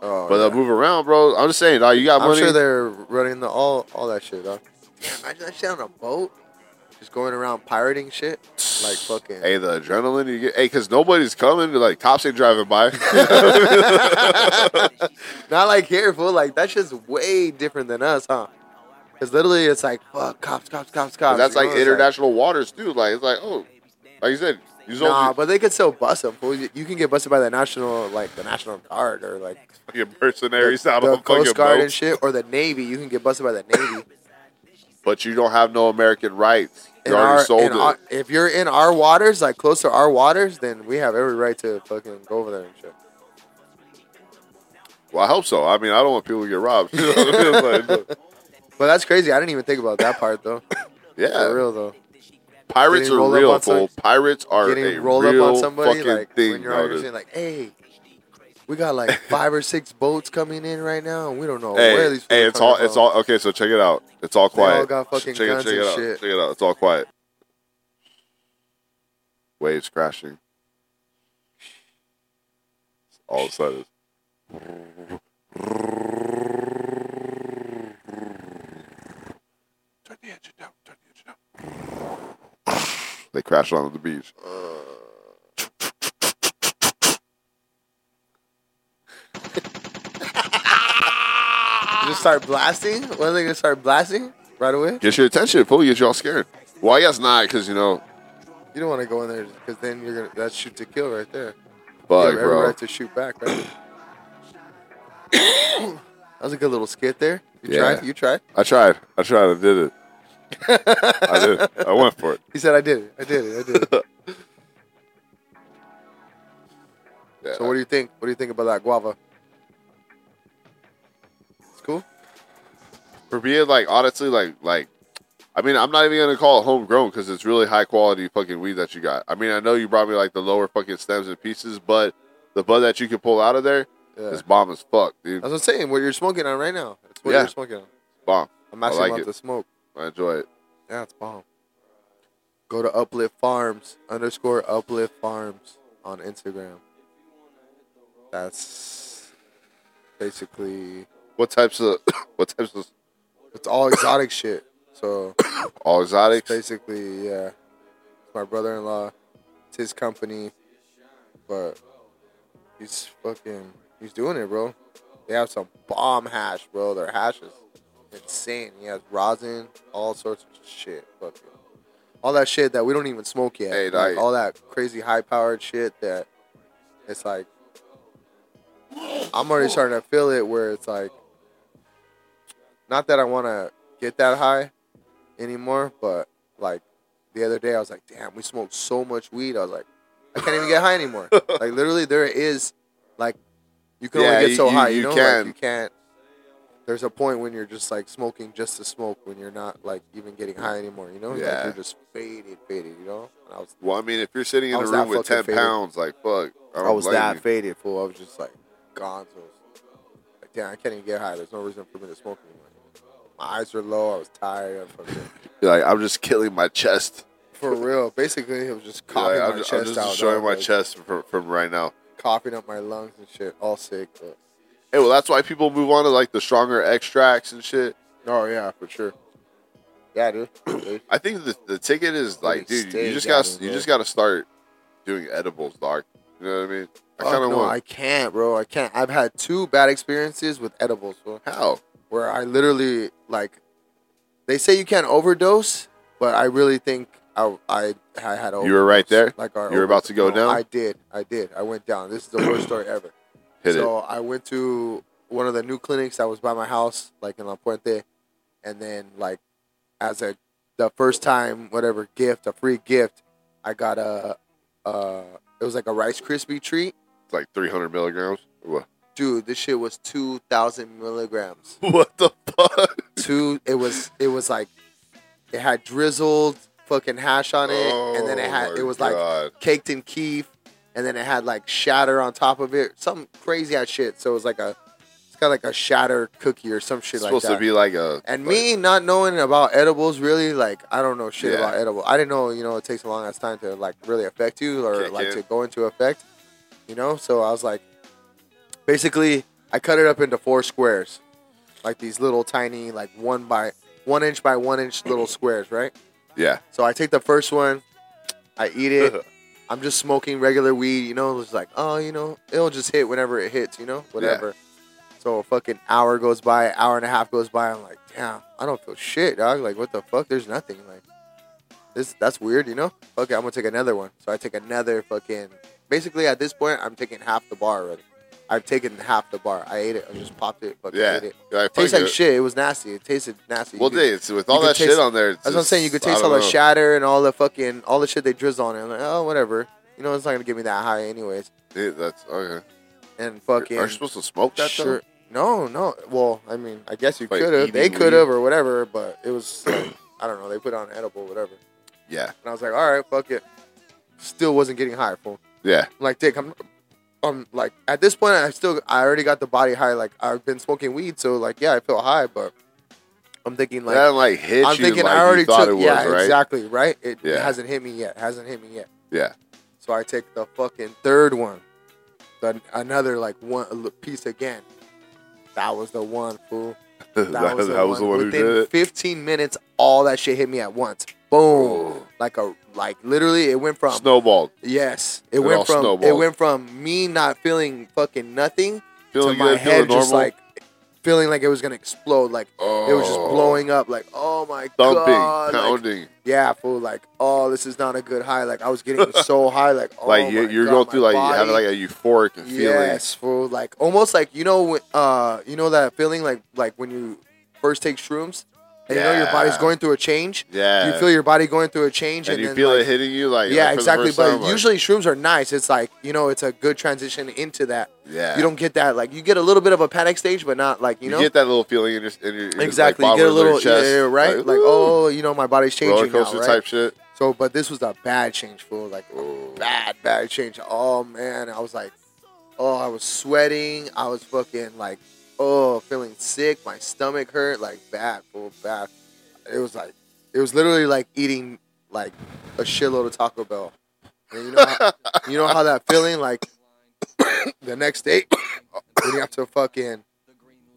Oh,
But
yeah.
they'll move around, bro. I'm just saying, dog. You got
I'm
money.
sure they're running the all all that shit. Huh? Yeah, imagine that shit on a boat, just going around pirating shit, like fucking.
Hey, the adrenaline you get. Hey, because nobody's coming. Like cops ain't driving
(laughs)
by. (laughs)
Not like here, fool. Like that shit's way different than us, huh? Because literally, it's like fuck, cops, cops, cops, cops.
that's
You know,
like
it's
international waters too. Like it's like oh, like you said, you just
Nah,
don't
but they could still bust them. Fool. You you can get busted by the national, like the national guard, or like
fucking mercenaries out
the
on fucking
coast guard and
boats,
shit, or the navy. You can get busted by the navy.
but you don't have no American rights. You
in
already
our,
sold
in
it.
our- if you're in our waters, like close to our waters, then we have every right to fucking go over there and shit.
well, I hope so. I mean, I don't want people to get robbed. (laughs) You know what I mean? Like, look,
But that's crazy. I didn't even think about that
(laughs)
part though.
yeah,
For real though.
pirates
Getting
are
rolled up
real,
on some-
fool. Pirates are a
Getting rolled up
real
on somebody
fucking
like
thing.
when you're on
dog.
your shit, like, hey, we got like
(laughs)
five or six boats coming in right now, and we don't know where
Hey,
these.
hey,
fools
it's
coming
all, it's
from."
all okay. So check it out. It's all
all
quiet.
got fucking
check
guns
it, check
and
it out.
shit.
Check it out. It's all quiet. Waves crashing. All of a sudden. Turn the engine down. Turn the engine down. They crash onto the beach.
Just start blasting. When are they gonna start blasting? Right away.
Get your attention, fool. Get y'all scared. Well, I guess not, because you know,
You don't want to go in there because then you're gonna that's shoot to kill right there. You
fuck,
have every
bro.
right to shoot back. Right. (coughs) that was a good little skit there. You
Yeah.
tried. You tried.
I tried. I tried. I did it. (laughs) I did. I went for it.
He said, "I did it. I did it. I did it."
Yeah.
so, what do you think? What do you think about that guava? It's cool.
for being like honestly like like I mean I'm not even gonna call it homegrown because it's really high quality fucking weed that you got. I mean I know you brought me like the lower fucking stems and pieces, but the bud that you can pull out of there is
Yeah.
bomb as fuck, dude.
That's what I'm saying. What you're smoking on right now. That's what
Yeah.
you're smoking on.
bomb.
I'm actually
I like
about
it.
to smoke.
I enjoy it.
Yeah, it's bomb. Go to Uplift Farms underscore Uplift Farms on Instagram. That's basically
What types of (coughs) what types of
it's all exotic shit. So
all exotics?
basically, yeah, it's my brother-in-law. It's his company, but he's fucking he's doing it, bro. They have some bomb hash, bro. Their hash is insane. He has rosin, all sorts of shit, fucking all that shit that we don't even smoke yet.
Hey,
like,
like-
all that crazy high-powered shit that it's like I'm already starting to feel it where it's like not that I want to get that high anymore, but like the other day I was like, damn, we smoked so much weed. I was like, I can't even get
(laughs)
high anymore. like literally, there is like you can
Yeah,
only get
you-
so
you-
high. You,
you
know,
can.
Like, you can't. There's a point when you're just like smoking just to smoke when you're not like even getting high anymore. You know, like
Yeah.
you're just faded, faded. You know, and I was
Well, I mean if you're sitting in
I
the
was
room with
that fucking
ten
faded.
pounds, like fuck, I,
I,
don't
was
blame
that
you.
faded, fool. I was just like gonzo. Like damn, I can't even get high. There's no reason for me to smoke anymore. My eyes were low. I was tired. I'm fucking-
You're like I'm just killing my chest.
For real, basically, it was just
You're
coughing
like,
my
I'm, just,
chest
I'm just
out.
destroying
dog.
my
Like,
chest from, from right now.
coughing up my lungs and shit, all sick. But,
Hey, well that's why people move on to like the stronger extracts and shit.
oh yeah, for sure. Yeah, dude. (clears throat) Dude,
I think the, the ticket is like,
Pretty
dude, you
steak
just
out
got
of it,
to you
bro.
just got to start doing edibles, dog. You know what I mean? I
Fuck
kind of
no,
want
I can't, bro. I can't. I've had two bad experiences with edibles, bro,
how
where I literally like. They say you can't overdose, but I really think I I, I had. Overdose.
you were right there.
Like our
You were about to go
No,
down?
I did. I did. I went down. This is the worst story ever.
Hit it.
so I went to one of the new clinics that was by my house, like in La Puente, and then like as a the first time whatever gift, a free gift, I got a uh it was like a Rice Krispie treat
like 300 milligrams. What? (laughs)
Dude, this shit was two thousand milligrams.
What the fuck?
Two. It was. It was like, it had drizzled fucking hash on it, and then it
Oh
had. It was like caked in keef, and then it had like shatter on top of it. Some crazy ass shit. So it was like a, it's got like a shatter cookie or some shit
it's
like
supposed
that.
to be like a
and
like-
me not knowing about edibles, really, like I don't know shit
Yeah.
about edible. I didn't know, you know, it takes a long ass time to like really affect you or
Kick
like
in.
to go into effect. You know, so I was like, basically, I cut it up into four squares, like these little tiny, like one by one inch by one
(clears throat)
inch little squares, right?
yeah.
So I take the first one, I
(laughs)
eat it. I'm just smoking regular weed, you know, it's like, oh, you know, it'll just hit whenever it hits, you know, whatever. So a fucking hour goes by, hour and a half goes by, I'm like, damn, I don't feel shit, dog. Like, what the fuck? There's nothing. Like, this that's weird, you know? Okay, I'm gonna take another one. So I take another fucking basically at this point I'm taking half the bar already. I've taken half the bar. I ate it, I just popped it, fucking
yeah.
ate it.
You're like,
Tastes
fuck
like
it.
shit. It was nasty. It tasted nasty. You
Well,
could-
dude, it's, with all
could
that
taste-
shit on there, it's
that's what I'm saying. You could
just- I
taste all
don't
the
know.
shatter and all the fucking all the shit they drizzle on it. I'm like, oh, whatever. You know, it's not gonna give me that high anyways.
Dude, that's okay.
And fucking
Are you supposed to smoke that
sure. No, no. Well, I mean, I guess you
Like
could have.
eating
They could
weed?
have or whatever, but it was
(clears throat)
like, I don't know. They put on edible, whatever.
though?
And
Yeah,
I was like, all right, fuck it. Still wasn't getting high, fool.
yeah,
I'm like, dick, I'm, I'm like, at this point, I still, I already got the body high. Like, I've been smoking weed, so like, yeah, I feel high, but I'm thinking like,
that like hit
I'm
you
thinking
like
I already
you thought
took.
it was,
yeah,
right?
exactly. Right. It, it
Yeah.
hasn't hit me yet. Hasn't hit me yet.
Yeah. (laughs)
So I take the fucking third one, the, another like one l- piece again. That was the one, fool.
(laughs) that,
That was the one.
who
Within
did it.
15 minutes, all that shit hit me at once. Boom!
Ooh.
Like a like literally, it went from
Snowballed,
yes, it
It all
went from it
snowballed.
went from me not feeling fucking nothing
feeling
to my
good,
head
feeling normal.
just like feeling like it was gonna explode. Like it was just
Oh.
blowing up. Like oh my
thumping,
god! like,
pounding.
yeah, fool. Like, oh, this is not a good high. Like, I
(laughs)
was getting so high. Like, oh
like you,
my
you're
God,
going
my
through like you having like
body.
a euphoric feeling.
yes, fool. Like almost like you know, when- uh, you know that feeling like like when you first take shrooms and you know your body's
Yeah.
going through a change.
Yeah,
You feel your body going through a change,
and
and,
you
then,
feel
like,
it hitting you like
yeah,
like, for the
exactly.
first
But
time, like-
usually shrooms are nice. It's like you know, it's a good transition into that.
yeah,
You don't get that. Like you get a little bit of a panic stage, but not like
you
you, know
get that little feeling in your, in your in your,
exactly.
Like,
you
bottom
get a
of your
little
chest,
yeah, yeah, right. Like,
ooh,
oh, you know, my body's
roller
changing now,
coaster
right?
type shit.
So, but this was a bad change, fool. Like a
Ooh.
bad, bad change. Oh man, I was like, oh, I was sweating. I was fucking like, oh, feeling sick. My stomach hurt. Like bad, fool, bad. It was like, it was literally like eating like a shitload of Taco Bell. And you know, how, you know how that feeling like (coughs) the next day (coughs) when you have to fucking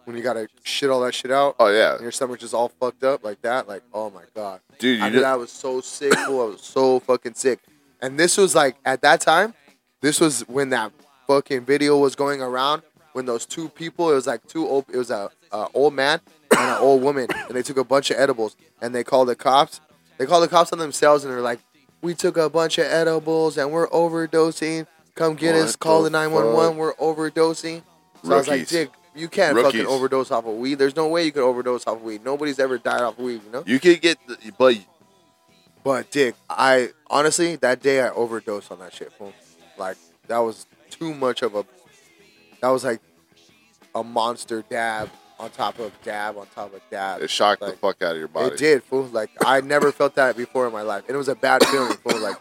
when you gotta shit all that shit out
Oh yeah,
and your stomach just all fucked up like that. Like, oh my god.
dude, you
I knew
just,
I was so sick. Fool. I was so fucking sick. And this was like at that time, this was when that fucking video was going around. When those two people, it was like two old, it was a, a old man and an old woman, and they took a bunch of edibles and they called the cops. They called the cops on themselves and they're like, "We took a bunch of edibles and we're overdosing. Come get
What
us. Call
the
the nine one one. We're overdosing." So I was like,
Rookies.
"Dick, you can't
Rookies.
fucking overdose off of weed. There's no way you could overdose off of weed. Nobody's ever died off weed, you know."
you could get, the, but
But Dick, I honestly that day I overdosed on that shit. Fool. Like that was too much of a. That was like a monster dab on top of dab on top of dab.
it shocked the
Like,
fuck out of your body.
It did, fool. Like I never felt that before in my life, and it was a bad feeling, fool. Like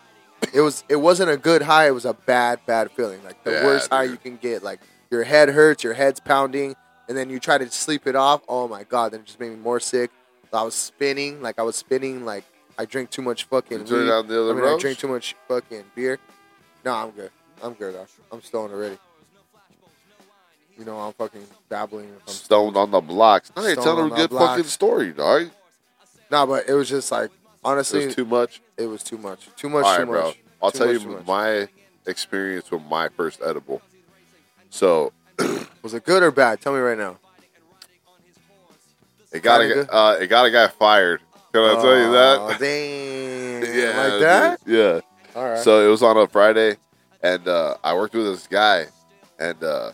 it was, it wasn't a good high. It was a bad, bad feeling. Like the
Yeah,
worst high
dude.
you can get. Like your head hurts, your head's pounding, and then you try to sleep it off. Oh my god, then it just made me more sick. I was spinning, like I was spinning, like I drink too much fucking.
You turn
weed.
down the other
I mean, I
roads?
drink too much fucking beer. No, I'm good. I'm good. Though. I'm stoned already. You know, I'm fucking dabbling. If I'm
stoned on the blocks. I ain't
Stoned
telling
on
a
the
good
blocks.
fucking story, dog.
Nah, but it was just like honestly,
It was too much.
it was too much. Too much.
All
too
right,
much.
bro. I'll
Too
tell
much, too
you
much.
my experience with my first edible. So
Was it good or bad? Tell me right now.
it got a,
Kinda
gu- uh, it got a guy fired. Can I tell you
Aw,
that? (laughs)
(laughs) Damn.
yeah,
like that?
dude. Yeah.
All right.
So it was on a Friday, and uh, I worked with this guy, and uh,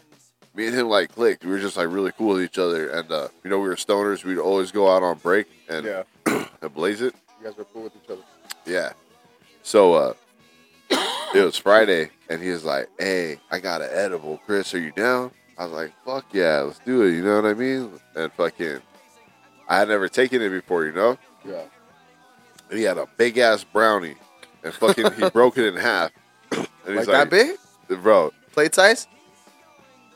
me and him like clicked. We were just like really cool with each other, and uh, you know we were stoners. We'd always go out on break and,
yeah,
(clears throat) and blaze it.
you guys were cool with each other.
Yeah. So uh, (coughs) it was Friday, and he was like, "Hey, I got an edible, Chris. Are you down?" I was like, "Fuck yeah, let's do it." You know what I mean? And fucking, I had never taken it before, you know.
Yeah.
And he had a big ass brownie, and fucking,
(laughs)
he broke it in half. (coughs) And
Like, that big?
big, bro.
Plate size?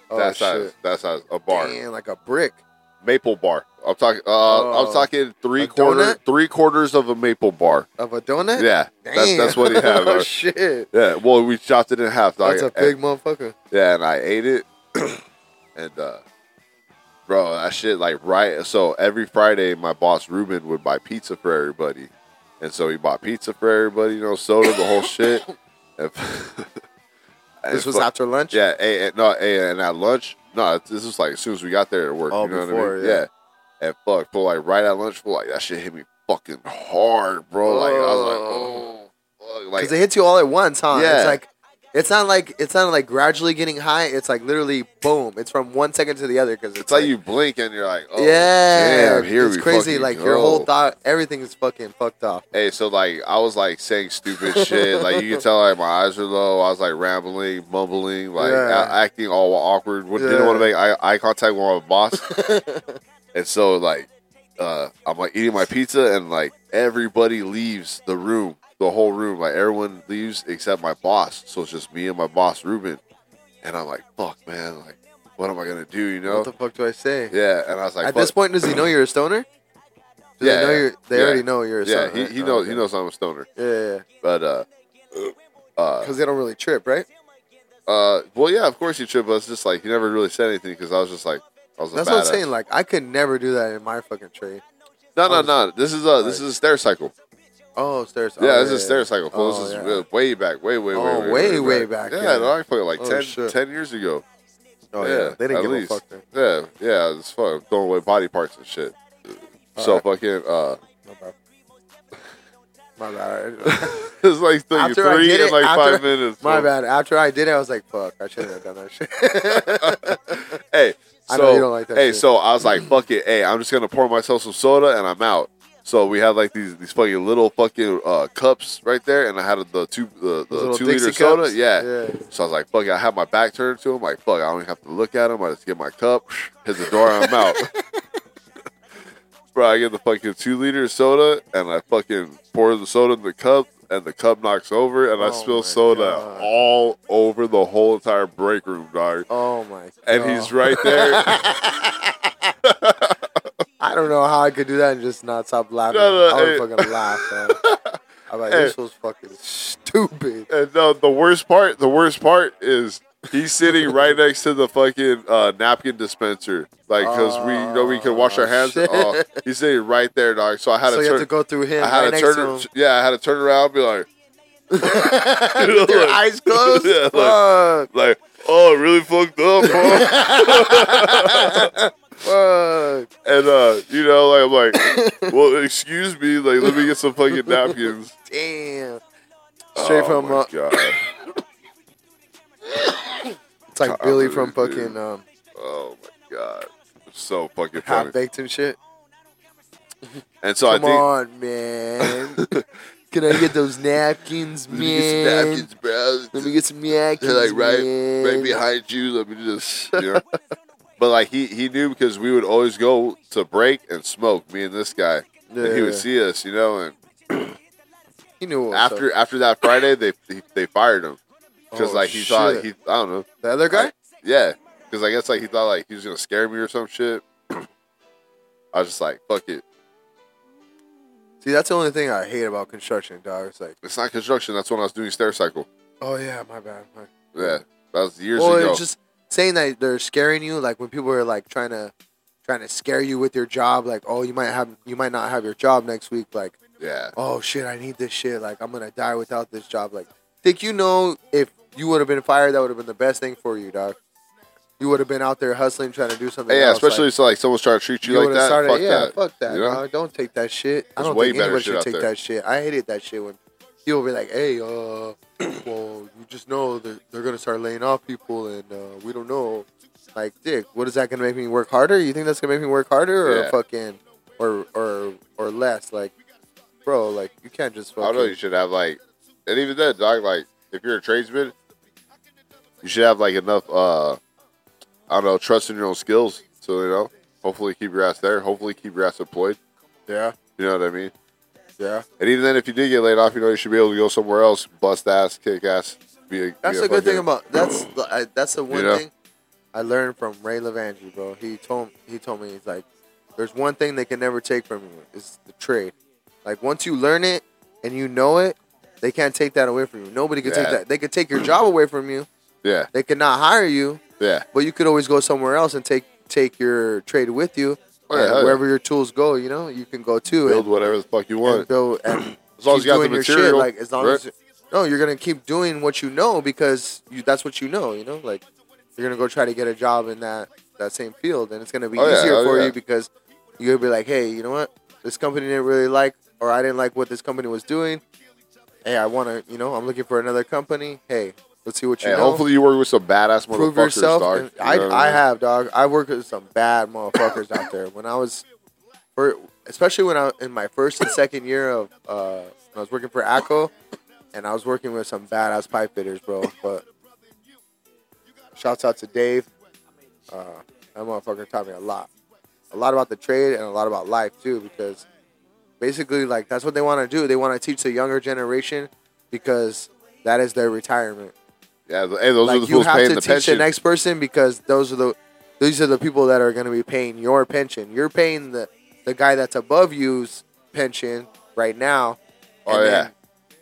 Oh,
that size,
shit.
that size, a bar,
Damn, like a brick.
maple bar. I'm talking, uh,
Oh.
I'm talking three
A
quarter,
donut?
three quarters of a maple bar.
Of a donut?
Yeah, that's
Damn.
that's what he
(laughs)
had.
oh,
bro. eh,
shit.
Yeah, well, we chopped it in half. dog.
That's a
And-
big motherfucker.
Yeah, and I ate it, (clears throat) and uh, bro, that shit like right. So every Friday, my boss Ruben would buy pizza for everybody, and so he bought pizza for everybody. You know, soda, the whole
(laughs)
shit. And- (laughs) and
This was
fu-
after lunch?
yeah, hey, and, no, hey, and at lunch, no, this was like as soon as we got there to work.
Oh,
you know what
before,
I mean?
yeah.
And fuck, fool, like right at lunch, fool, like that shit hit me fucking hard, bro. Like I was like, oh, fuck. like
Because it hits you all at once, huh? It's
Yeah.
like, it's not like, it's not like gradually getting high. It's like literally boom. It's from one second to the other. Because it's,
It's like you blink and you're like, oh,
yeah,
damn, here
it's
we
crazy.
fucking
Like your whole
go.
thought, everything is fucking fucked off.
Hey, so like I was like saying stupid
(laughs)
shit. Like you could tell, like my eyes were low. I was like rambling, mumbling, like
Yeah.
a- acting all awkward. Would- Didn't
Yeah.
want to make eye, eye contact with my boss.
(laughs)
and so like, uh, I'm like eating my pizza, and like everybody leaves the room, the whole room. Like everyone leaves except my boss. So it's just me and my boss, Ruben. And I'm like, fuck, man. Like, what am I gonna do? You know?
What the fuck do I say?
yeah. And I was like,
At
fuck.
this point, does he know you're a stoner? Do
Yeah,
they know
yeah,
you're, they
yeah.
already know you're a
yeah,
stoner.
he,
right?
he
Oh,
knows he
okay.
knows I'm a stoner,
Yeah,
but uh, uh,
because they don't really trip, right?
Uh, well, yeah, of course you should, but it's just like he never really said anything because I was just like, I was. A
That's what I'm
badass.
saying. Like, I could never do that in my fucking trade.
No, no, no. This is a this is a stair cycle.
Oh, stairs.
Yeah,
oh,
this is a stair cycle. fool.
Oh,
this is
yeah.
uh, way back, way, way,
Oh,
way,
way, way back,
Yeah,
yeah.
no, I fucking like
Oh,
10,
shit.
10 years ago.
Oh,
yeah,
yeah. They didn't
at
give
least.
a fuck. Then.
Yeah, yeah, it's fun throwing away body parts and shit. so
Alright.
fucking uh, (laughs)
My bad. My bad. (laughs)
it's like th-
After I
three
did
in
it,
like
after-
five minutes.
My
fool.
bad. After I did it, I was like, fuck, I shouldn't have done that shit. (laughs)
(laughs) hey, so,
I know you don't like that
Hey,
shit.
so I was like, fuck it. Hey, I'm just gonna pour myself some soda and I'm out. So we had like these these fucking little fucking uh, cups right there, and I had the two the, the
little
two liter
Dixie
soda.
cups?
Yeah.
Yeah.
So I was like, fuck it. I had my back turned to him. Like, fuck, I don't even have to look at him. I just get my cup, (laughs) hit the door, and I'm
(laughs)
out. Bro, I get the fucking two liter soda, and I fucking pour the soda in the cup, and the cup knocks over, and I
Oh my
spill soda
God.
all over the whole entire break room, dog
oh, my God.
and he's right there.
(laughs) I don't know how I could do that and just not stop laughing.
No, no,
I would
hey.
fucking laugh,
(laughs)
man. I'm like,
Hey.
this was fucking stupid.
and no, the worst part, the worst part is he's sitting right next to the fucking uh, napkin dispenser, like because we you know we can wash our hands.
Oh, shit.
Oh, he's sitting right there, dog. So I had
So
to
you have to
turn.
go through him.
I had
right
to turn.
next to him.
Yeah, I had to turn around, and be like, (laughs)
With your eyes closed?
Yeah, like-
fuck, (laughs)
like, oh, really fucked up, huh?
fuck.
and uh, you know, like I'm like, well, excuse me, like let me get some fucking napkins.
Damn. Straight
Oh
from,
my
uh,
God.
it's like Billy
God,
from
dude.
fucking um,
Oh my god, so fucking funny.
Half Baked and shit.
And so
Come
I think. (laughs)
on, man. Can I get those napkins,
Let me get
man?
some napkins, bro.
Let me get some napkins.
They're like right,
man.
right behind you. Let me
(laughs)
just, you know. but like he, he knew because we would always go to break and smoke. Me and this guy, and he
Yeah. Oh,
would see us, you know. And
He knew what was
after
up. after
after that Friday, they he, they fired him because
Oh,
like he thought
shit.
he, I don't know,
the other guy.
like, yeah, because I guess like he thought like he was gonna scare me or some shit. (clears throat) I was just like, fuck it.
See, that's the only thing I hate about construction, dog. It's like,
It's not construction. That's when I was doing stair cycle.
oh yeah, my bad. My
Yeah, that was years
or
ago.
just saying that they're scaring you like when people are like trying to trying to scare you with your job like oh you might have you might not have your job next week like
yeah,
oh shit i need this shit like i'm gonna die without this job like think you know if you would have been fired that would have been the best thing for you dog you would have been out there hustling trying to do something
yeah,
else.
especially
like,
so like someone's trying to treat you, like
would've
that. fuck
yeah
that.
fuck that
You know?
dog. don't take that shit i
There's
don't
way
think
better
anybody
shit
should
out
take
there.
that shit i hated that shit when people be like hey uh (clears throat) well you just know that they're gonna start laying off people and uh, we don't know like dick what is that gonna make me work harder you think that's gonna make me work harder or
Yeah.
fucking or or or less like bro like you can't just
I
fucking
don't know. You should have like, and even then, dog, like if you're a tradesman, you should have like enough. Uh, I don't know, trust in your own skills. So you know, hopefully keep your ass there. Hopefully keep your ass employed.
Yeah,
You know what I mean?
yeah.
And even then, if you do get laid off, you know you should be able to go somewhere else, bust ass, kick ass. Be a,
That's
be
a good thing
fucking- (clears throat)
about that's the- I, that's the one
You know?
thing I learned from Ray Levangie, bro. He told he told me he's like, there's one thing they can never take from you is the trade. Like once you learn it and you know it, they can't take that away from you. Nobody can
Yeah.
take that. They could take your job away from you.
Yeah,
They could not hire you,
yeah,
but you could always go somewhere else and take take your trade with you.
Oh, yeah,
And
hell yeah.
wherever your tools go, you know you can go to
build
and,
whatever the fuck you
and
want.
build and
(clears throat) As long as
keep
you got the
doing your shit,
material,
Like as long
right?
as you- no, you're gonna keep doing what you know because you that's what you know. You know, like you're gonna go try to get a job in that that same field, and it's gonna be
Oh, yeah,
easier
oh,
for
yeah.
you because you'll be like, hey, you know what? This company didn't really like, or I didn't like what this company was doing. Hey, I want to, you know, I'm looking for another company. Hey, let's see what you
Hey,
know.
hopefully you work with some badass motherfuckers,
prove yourself.
dog.
and
You
I,
know what
I
mean?
have, dog. I worked with some bad motherfuckers out there. When I was, for, especially when I in my first and second year of, uh, when I was working for ACO, and I was working with some badass pipe fitters, bro. But shouts out to Dave. Uh, that motherfucker taught me a lot, a lot about the trade and a lot about life too, because basically like that's what they want to do. They want to teach the younger generation because that is their retirement
Yeah, th- hey, those are the
like you
fools
have
paying
to
the
teach
pension.
the next person because those are the these are the people that are going to be paying your pension. You're paying the the guy that's above you's pension right now.
Oh, yeah.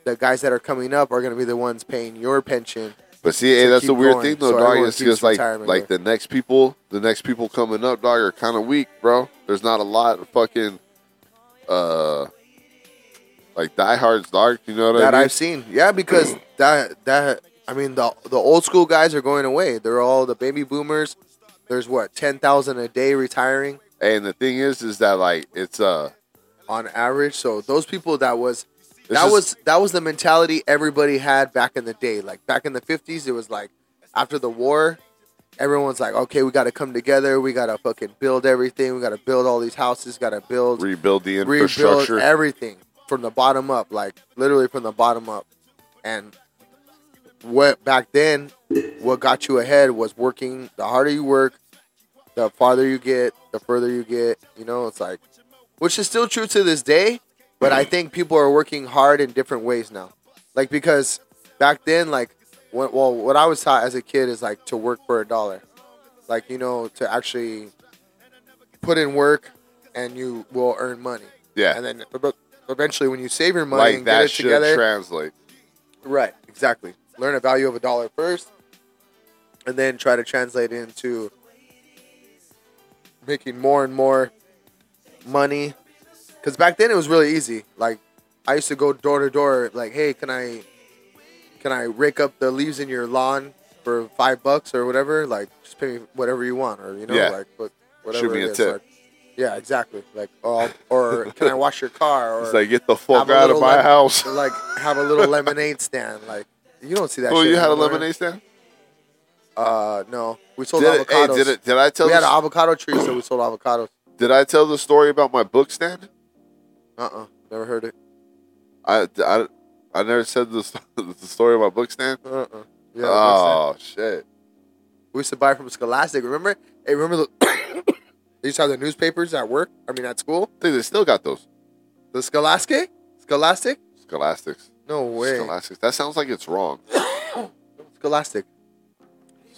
The guys that are coming up are going to be the ones paying your pension.
but see, hey,
to
that's the
keep
weird
going,
thing though,
so
dog.
everyone
It's
keeps
just like
retirement
like the next people, the next people coming up, dog, are kind of weak, bro. There's not a lot of fucking uh like diehards, dog. You know what
that
I mean?
I've seen.
(clears throat)
Yeah, because that that I mean the the old school guys are going away. They're all the baby boomers. There's what ten thousand a day retiring.
Hey, and the thing is, is that like it's uh
on average. So those people that was
This
that
is-
was that was the mentality everybody had back in the day. Like back in the fifties, it was like after the war, everyone's like, okay, we got to come together. We got to fucking build everything. We got to build all these houses. Got to build,
rebuild the
rebuild
infrastructure.
everything from the bottom up. Like literally from the bottom up. And what back then, what got you ahead was working. The harder you work, the farther you get, the further you get. You know, it's like, which is still true to this day, but I think people are working hard in different ways now. Like because back then, like, when, well, what I was taught as a kid is like to work for a dollar, like you know, to actually put in work, and you will earn money.
yeah,
And then but eventually, when you save your money
like
and get
that
it
should
together,
translate.
Right, exactly. Learn a value of a dollar first, and then try to translate it into making more and more money. Because back then it was really easy. Like I used to go door to door, like, "Hey, can I, can I rake up the leaves in your lawn for five bucks or whatever? Like, just pay me whatever you want, or you know,
Yeah.
like, what, whatever
me
it
a
is,
tip.
like- yeah, exactly. Like, oh, or can I wash your car?
(laughs)
Or
It's like get the
have
fuck
a
out of
little
my
lem-
house. (laughs)
like have a little lemonade stand. Like you don't see that.
Oh,
shit
you had a
anymore.
lemonade stand?
Uh, no, we sold
Did it, hey,
avocados.
did it? Did I tell?
we had an
This,
avocado tree, so we sold avocados.
did I tell the story about my book stand?
Uh, uh never heard it.
I, I, I never said the, (laughs) st- the story of my book stand.
Uh, uh yeah. that's it.
oh shit!
We used to buy from Scholastic. Remember? Hey, remember the? (coughs) they used to have the newspapers at work. I mean, at school.
I think they still got those
The Scholastic. Scholastic.
Scholastics.
No way.
Scholastics. That sounds like it's wrong.
Scholastic.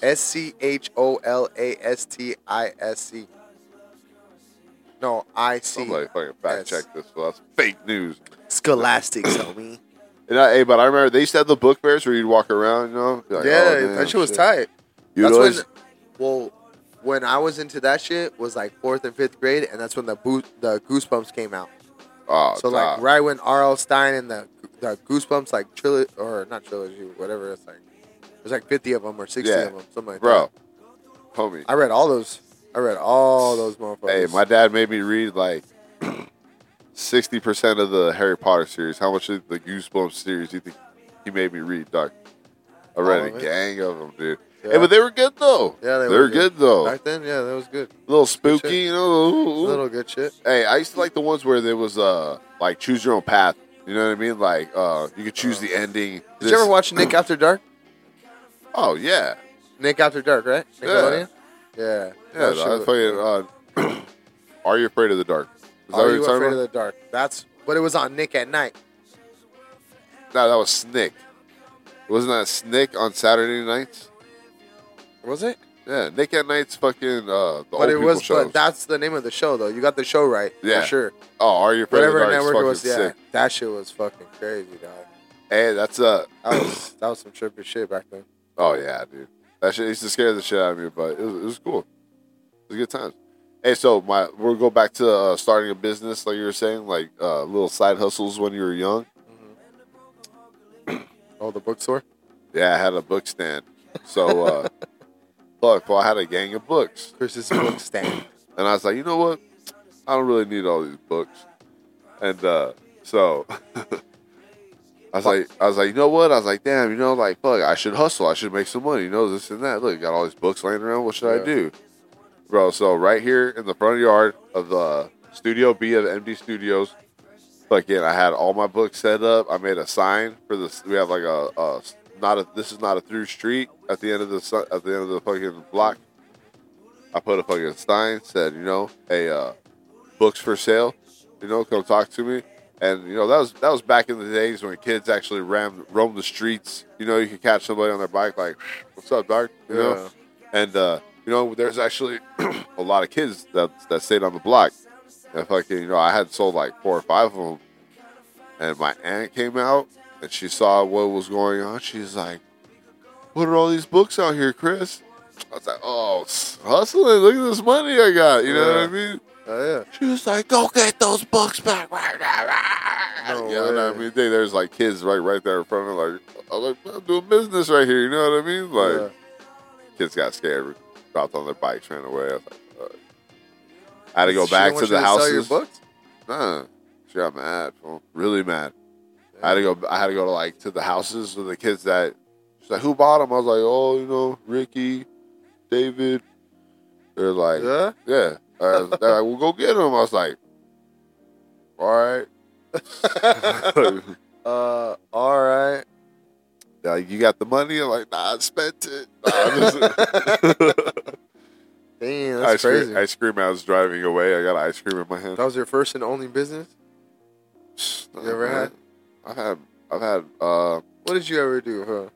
S C H O L A S T I S C. No, I C.
Somebody fucking fact
Yes.
check this. Well, that's fake news.
Scholastic, homie.
And I, hey, but I remember they used to have the book fairs where you'd walk around. You know? Be like,
yeah,
oh, damn,
that shit was tight.
You'd
that's
always-
when, well, when I was into that shit was like fourth and fifth grade, and that's when the boot, the Goosebumps came out.
oh,
so like
God.
right when R.L. Stein and the the Goosebumps like trilogy or not trilogy, whatever it's like, there's like fifty of them or sixty
Yeah.
of them, something like
bro,
that.
homie.
I read all those. I read all those
Hey,
motherfuckers.
my dad made me read like sixty percent of the Harry Potter series. How much of the Goosebumps series you think he made me read, Doc? I
All
read
of
a
it?
gang of them, dude.
Yeah.
Hey, but they were good though.
Yeah, they
they
were
were
good.
good, though.
back then, yeah, that was good.
little
shit.
spooky, you know. ooh, ooh, ooh.
Little good shit.
Hey, I used to like the ones where there was uh like choose your own path. You know what I mean? Like uh, you could choose the ending.
Did you ever
(clears throat)
watch Nick After Dark?
Oh yeah,
Nick After Dark, right?
Yeah.
Nickelodeon? Yeah.
yeah.
That shit
I
was-
fucking, uh, (clears throat) Are you afraid of the dark? Is that what
Are
you're
you
talking
afraid
about?
of the dark? That's but it was on Nick at night.
No, that was Snick. Wasn't that Snick on Saturday nights?
Was it?
Yeah, Nick at Night's fucking uh, the old
But it
people
was.
shows.
But that's the name of the show, though. You got the show right.
Yeah.
For sure.
oh, are you afraid of the
Whatever
dark? It's
network it
fucking
was. Yeah.
sick.
That shit was fucking crazy, dog.
Hey, that's uh
That
(coughs)
was that was some trippy shit back then.
Oh yeah, dude. That shit used to scare the shit out of me, but it was, it was cool. It was a good time. Hey, so my we'll go back to uh, starting a business, like you were saying, like uh, little side hustles when you were young.
Oh, the bookstore.
Yeah, I had a book stand. So, uh, (laughs) fuck, well, I had a gang of books, (coughs)
Chris's book stand.
and I was like, you know what? I don't really need all these books, and uh, so. (laughs) I was like, I was like, you know what? I was like, damn, you know, like, fuck, I should hustle. I should make some money. You know, this and that. Look, got all these books laying around. What should I
Yeah.
do, bro? So right here in the front yard of the Studio B of MD Studios, fucking, I had all my books set up. I made a sign for this. We have like a, a not a this is not a through street at the end of the su- at the end of the fucking block. I put a fucking sign said, you know, hey, uh, books for sale. You know, come talk to me. And you know that was that was back in the days when kids actually ram roamed the streets. You know, you could catch somebody on their bike like, "What's up, dog?" You know, and uh, you know there's actually (clears throat) a lot of kids that that stayed on the block. And fucking, you know, I had sold like four or five of them, and my aunt came out and she saw what was going on. She's like, "What are all these books out here, Chris?" I was like, "Oh, s- hustling! Look at this money I got." You know what I
Yeah.
mean?
Oh
She was like, "Go get those books back (laughs) right now!"
No
you know what I
way.
mean? They- There's like kids right right there in front of like, I'm like, I'm doing business right here. You know what I mean?
yeah.
Like,
yeah.
kids got scared, dropped on their bikes, ran away. I was like, Fuck. I had to go
She
back
didn't
to
want you
the
Sell your
houses.
books?
Nah, she got mad, fool. really mad. I had to go. I had to go to like to the houses with the kids that. She's like, "Who bought them?" I was like, "Oh, you know, Ricky, David." They're like,
Yeah.
yeah. Uh, they're like, well, go get him. I was like, all
(laughs)
right. (laughs)
Uh. All right.
They're like, you got the money? I'm like, nah, I spent it. (laughs) Nah, I'm just-
Damn. That's
ice,
crazy.
cream, ice cream. I was driving away. I got ice cream in my hand.
That was your first and only business. You ever had?
I've had. I've had. Uh,
What did you ever do, huh?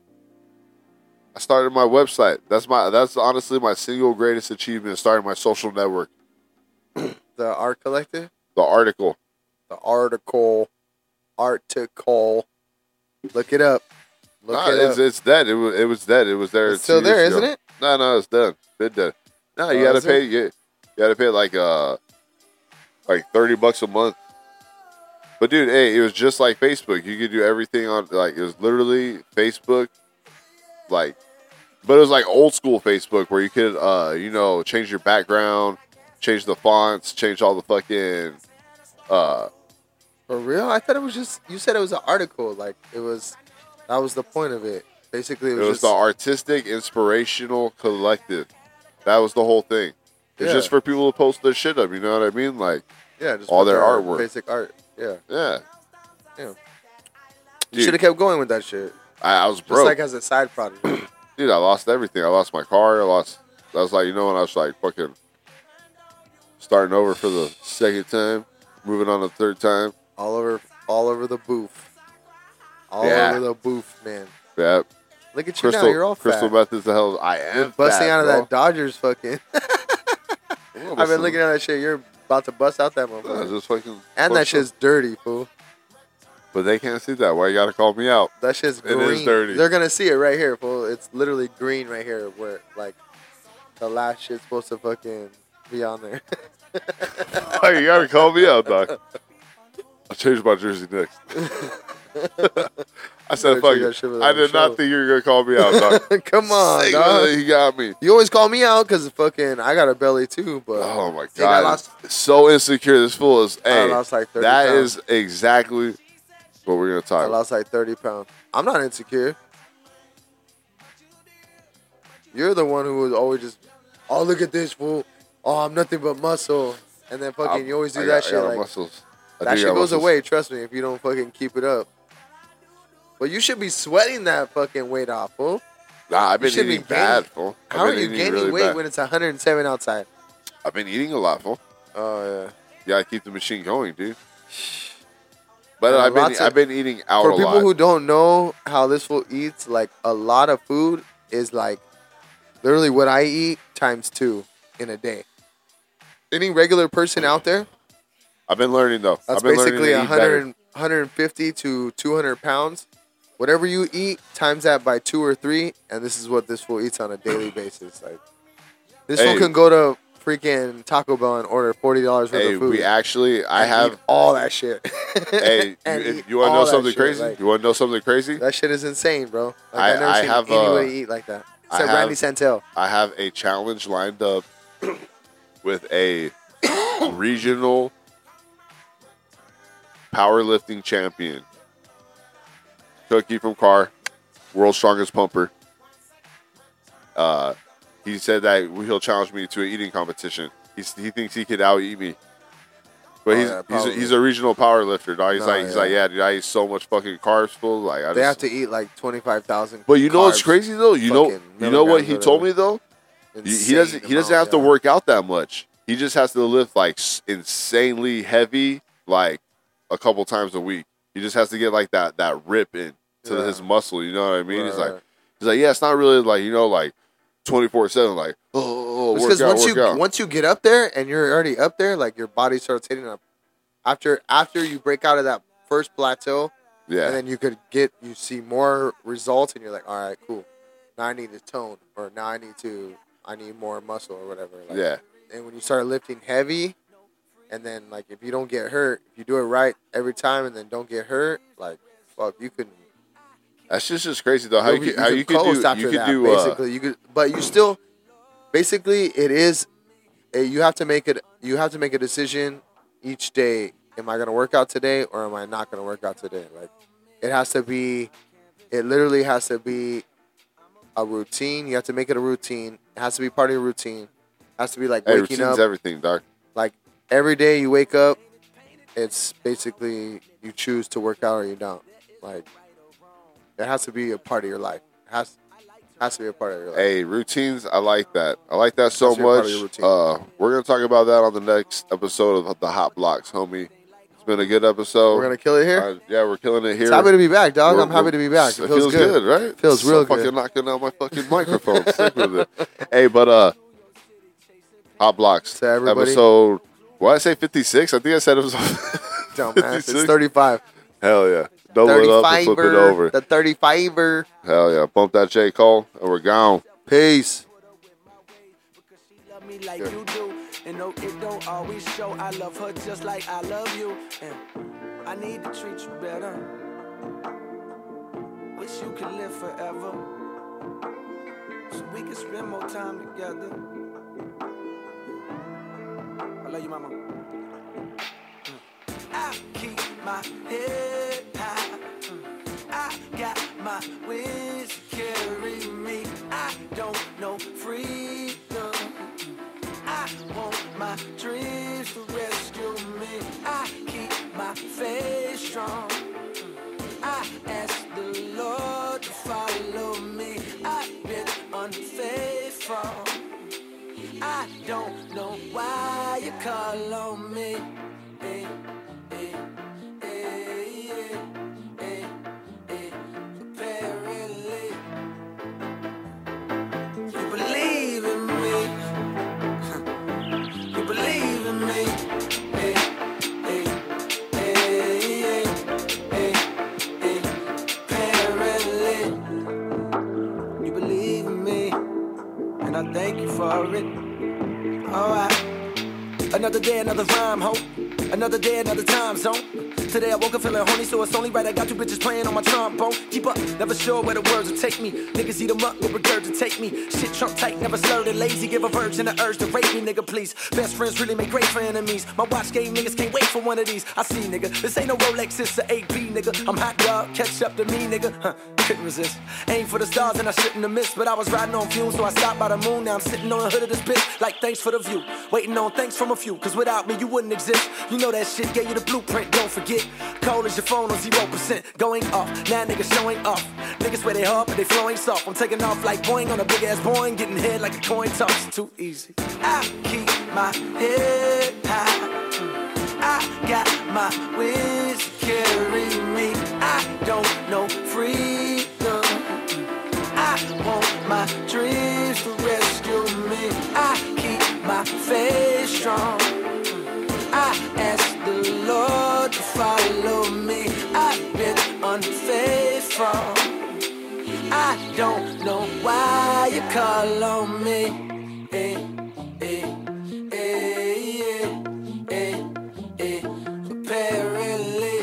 I started my website. That's my. That's honestly my single greatest achievement. Starting my social network.
The art collective.
The article.
The article. Article. Look it up. Look
Nah,
it
it's,
up.
it's dead. It was. It was dead. It was there.
It's still
two years
there,
ago.
isn't it?
No, no, it's done. Been done. No, you
Oh,
gotta
is
pay.
it?
You, you gotta pay like uh, like thirty bucks a month. But dude, hey, it was just like Facebook. You could do everything on like it was literally Facebook, like, but it was like old school Facebook where you could uh, you know, change your background, change the fonts, change all the fucking uh,
For real? I thought it was just. You said it was an article. Like it was. That was the point of it. Basically, it
It
was,
was,
just
the artistic inspirational collective. That was the whole thing. It's
Yeah.
just for people to post their shit up. You know what I mean? Like,
yeah, just
all
put
their
art-
artwork.
basic art. Yeah,
yeah.
yeah. You
Dude,
should have kept going with that shit.
I, I was
Just
broke.
like as a side
(clears throat)
project.
Dude, I lost everything. I lost my car. I lost. I was like, you know, when I was like fucking starting over for the second time, moving on the third time.
all over, all over the booth. All
Yeah.
over the booth, man.
Yeah.
Look at you
Crystal,
now. You're all
crystal
fat.
meth is the hell. I
You're
am
busting
fat,
out of
bro.
that Dodgers fucking. (laughs)
Yeah,
I've
listen,
been looking at that shit. You're about to bust out that
yeah,
motherfucker.
just fucking
And
push
that
up.
shit's dirty, fool.
But they can't see that. Why you gotta call me
(laughs)
out?
That shit's
It is
green.
dirty.
They're gonna see it right here, fool. It's literally green right here, where like the last shit's supposed to fucking be on there. (laughs)
Why you gotta call me out, doc? I changed my jersey
(laughs)
next. (laughs) I said,
Better
"Fuck
check that
it."
shit
I
without
did
a
not
show.
think you were gonna call me out,
(laughs)
doc.
Come on,
Singularly,
dog.
he got me.
You always call me out because fucking I got a belly too, but
Oh my
Think I
god!
lost-
so insecure. This fool is.
I
Hey,
lost like 30
that
pounds.
is exactly what we're gonna talk.
I
about.
lost like thirty pounds. I'm not insecure. You're the one who was always just, oh look at this fool, oh I'm nothing but muscle, and then fucking
I'm-
you always do
I
that
got- I
shit
got
like,
muscles. I
that
do
shit
got
goes
muscles.
away. Trust me, if you don't fucking keep it up. But you should be sweating that fucking weight off, fool.
Nah, I've
You
been
should
eating
be
bad,
gaining-
fool. I've
How are
been
you
eating
gaining
really
weight
bad.
when it's 107 outside?
I've been eating a lot, fool.
Oh yeah.
Yeah, I keep the machine going,
(sighs)
dude. But
Uh,
I've been
lots of-
I've been eating out
For
a
people
lot.
who don't know how this fool eats, like a lot of food is like literally what I eat times two in a day. Any regular person out there,
I've been learning though.
that's
I've been
basically
learning to eat better.
100, 150 to 200 pounds. Whatever you eat, times that by two or three, and this is what this fool eats on
(clears throat)
a daily basis. Like this
Hey.
fool can go to freaking Taco Bell and order forty dollars worth
Hey,
of food.
we actually I
and eat
have.
all that shit.
(laughs) Hey, you-
(laughs) And eat
if you want to
all
know
that
something
shit,
crazy?
like-
you want to know something crazy?
That shit is insane, bro. Like,
I-
I've never
I
seen
have, uh,
anybody eat like that.
I
Except
have-
Randy Santel.
I have a challenge lined up (clears throat) with
(coughs)
a regional powerlifting champion, Cookie from Carr, world's strongest pumper. Uh, he said that he'll challenge me to an eating competition. He's, he thinks he could out eat me. But
Oh,
he's, he's,
yeah,
a,
probably.
he's a regional power lifter, dog. He's
No,
like he's
yeah.
like yeah, dude. I eat so much fucking carbs, full. Like I
They
just,
have to eat like twenty five thousand.
But you know what's crazy though? You know
fucking
you know what
milligrams,
he told me
whatever.
though. He- he doesn't he doesn't have to work out that much. He just has to lift like s- insanely heavy, like a couple times a week. He just has to get like that that rip in to
Yeah.
his muscle. You know what I mean? He's like he's like yeah, it's not really like you know like twenty four seven like oh, oh, oh work
because
out
once
work
you
out.
once you get up there and you're already up there, like your body starts hitting up. After after you break out of that first plateau,
yeah,
and then you could get you see more results, and you're like, all right, cool. Now I need to tone, or now I need to I need more muscle or whatever. Like,
yeah,
and when you start lifting heavy and then like if you don't get hurt if you do it right every time and then don't get hurt like fuck you can
that's just just crazy though. How you,
you'll be-
could- how you could
coast
do you could do uh,
basically you could but you still basically it is eh, you have to make it you have to make a decision each day am i going to work out today or am i not going to work out today like it has to be it literally has to be a routine you have to make it a routine it has to be part of your routine it has to be like
hey,
waking
routine's
up
everything, doc.
like every day you wake up, it's basically you choose to work out or you don't. Like it has to be a part of your life. It has has to be a part of your life.
Hey, routines. I like that. I like that so
That's your part of your
much.
routine.
Uh, we're gonna talk about that on the next episode of the Hot Blocks, homie. It's been a good episode.
We're gonna kill it here.
Uh, yeah, we're killing it here.
It's happy to be back, dog.
We're-
I'm happy
we're-
to be back. It feels, good.
right?
Feels
Stop
real
fucking
good.
knocking out my fucking microphone. Sick with it. Hey, but uh, Hot Blocks
To everybody.
episode. Why I say fifty six? I think I (laughs) said episode. (laughs)
Dumbass. It's
56?
35.
Hell yeah! Double it up and flip it
35er.
over.
The 35er.
Hell yeah! Bump that J Cole, and we're gone.
Peace.
because she love me like you do. And no, it don't always show. I love her just like I love you. And I need to treat you better. Wish you could live forever. So we could spend more time together. I love you, mama. Mm. I keep my head high. Mm. I got my wings carry me. I don't know freedom. I want my dreams to rescue me. I keep my faith strong. I ask the Lord to follow me. I've been unfaithful. I don't know why you call on me. Eh, eh, eh, eh, eh, eh. Apparently, you believe in me. You believe in me. Hey, hey, hey, hey, hey, hey. Apparently, you believe in me, and I thank you for it. Alright. Another day, another rhyme, ho. Another day, another time zone. Today I woke up feeling horny, so it's only right. I got two bitches playing on my trombone. Keep up, never sure where the words will take me. Niggas eat 'em up, no regurgitate me. Shit trunk tight, never slurred and lazy. Give a virgin the urge to rape me, nigga, please. Best friends really make great for enemies. My watch game niggas can't wait for one of these. I see, nigga, this ain't no Rolex, it's a AP, nigga. I'm hot dog, catch up to me, nigga. Huh, couldn't resist. Aim for the stars and I shouldn't have missed, but I was riding on fumes, so I stopped by the moon. Now I'm sitting on the hood of this bitch, like thanks for the view. Waiting on thanks from a few, cause without me you wouldn't exist. You know that shit gave you the blueprint, don't forget. Cold as your phone on 0%, going off. Now niggas showing off. Niggas where they hard, but they flowing soft. I'm taking off like Boeing on a big ass Boeing, getting hit like a coin toss. Too easy. I keep my head high. I got my wings carry me. I don't know freedom. I want my dreams to rescue me. I keep my faith strong. I ask the Lord to follow me. I've been unfaithful. I don't know why you call on me. Eh, eh, eh, eh, eh, eh. Apparently,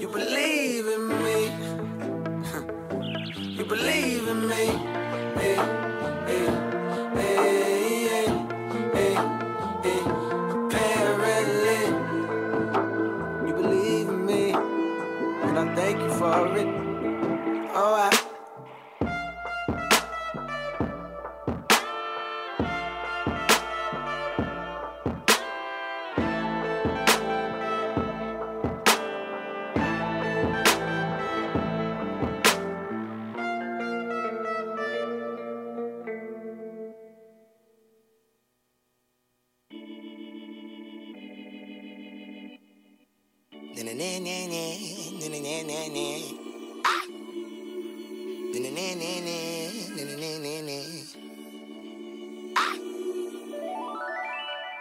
you believe in me. You believe in me. Hey, hey, hey, hey, hey, hey. Apparently, you believe in me, and I thank you for it. Oh, Alright.
Ah!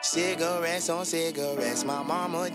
Cigarettes on cigarettes, my mama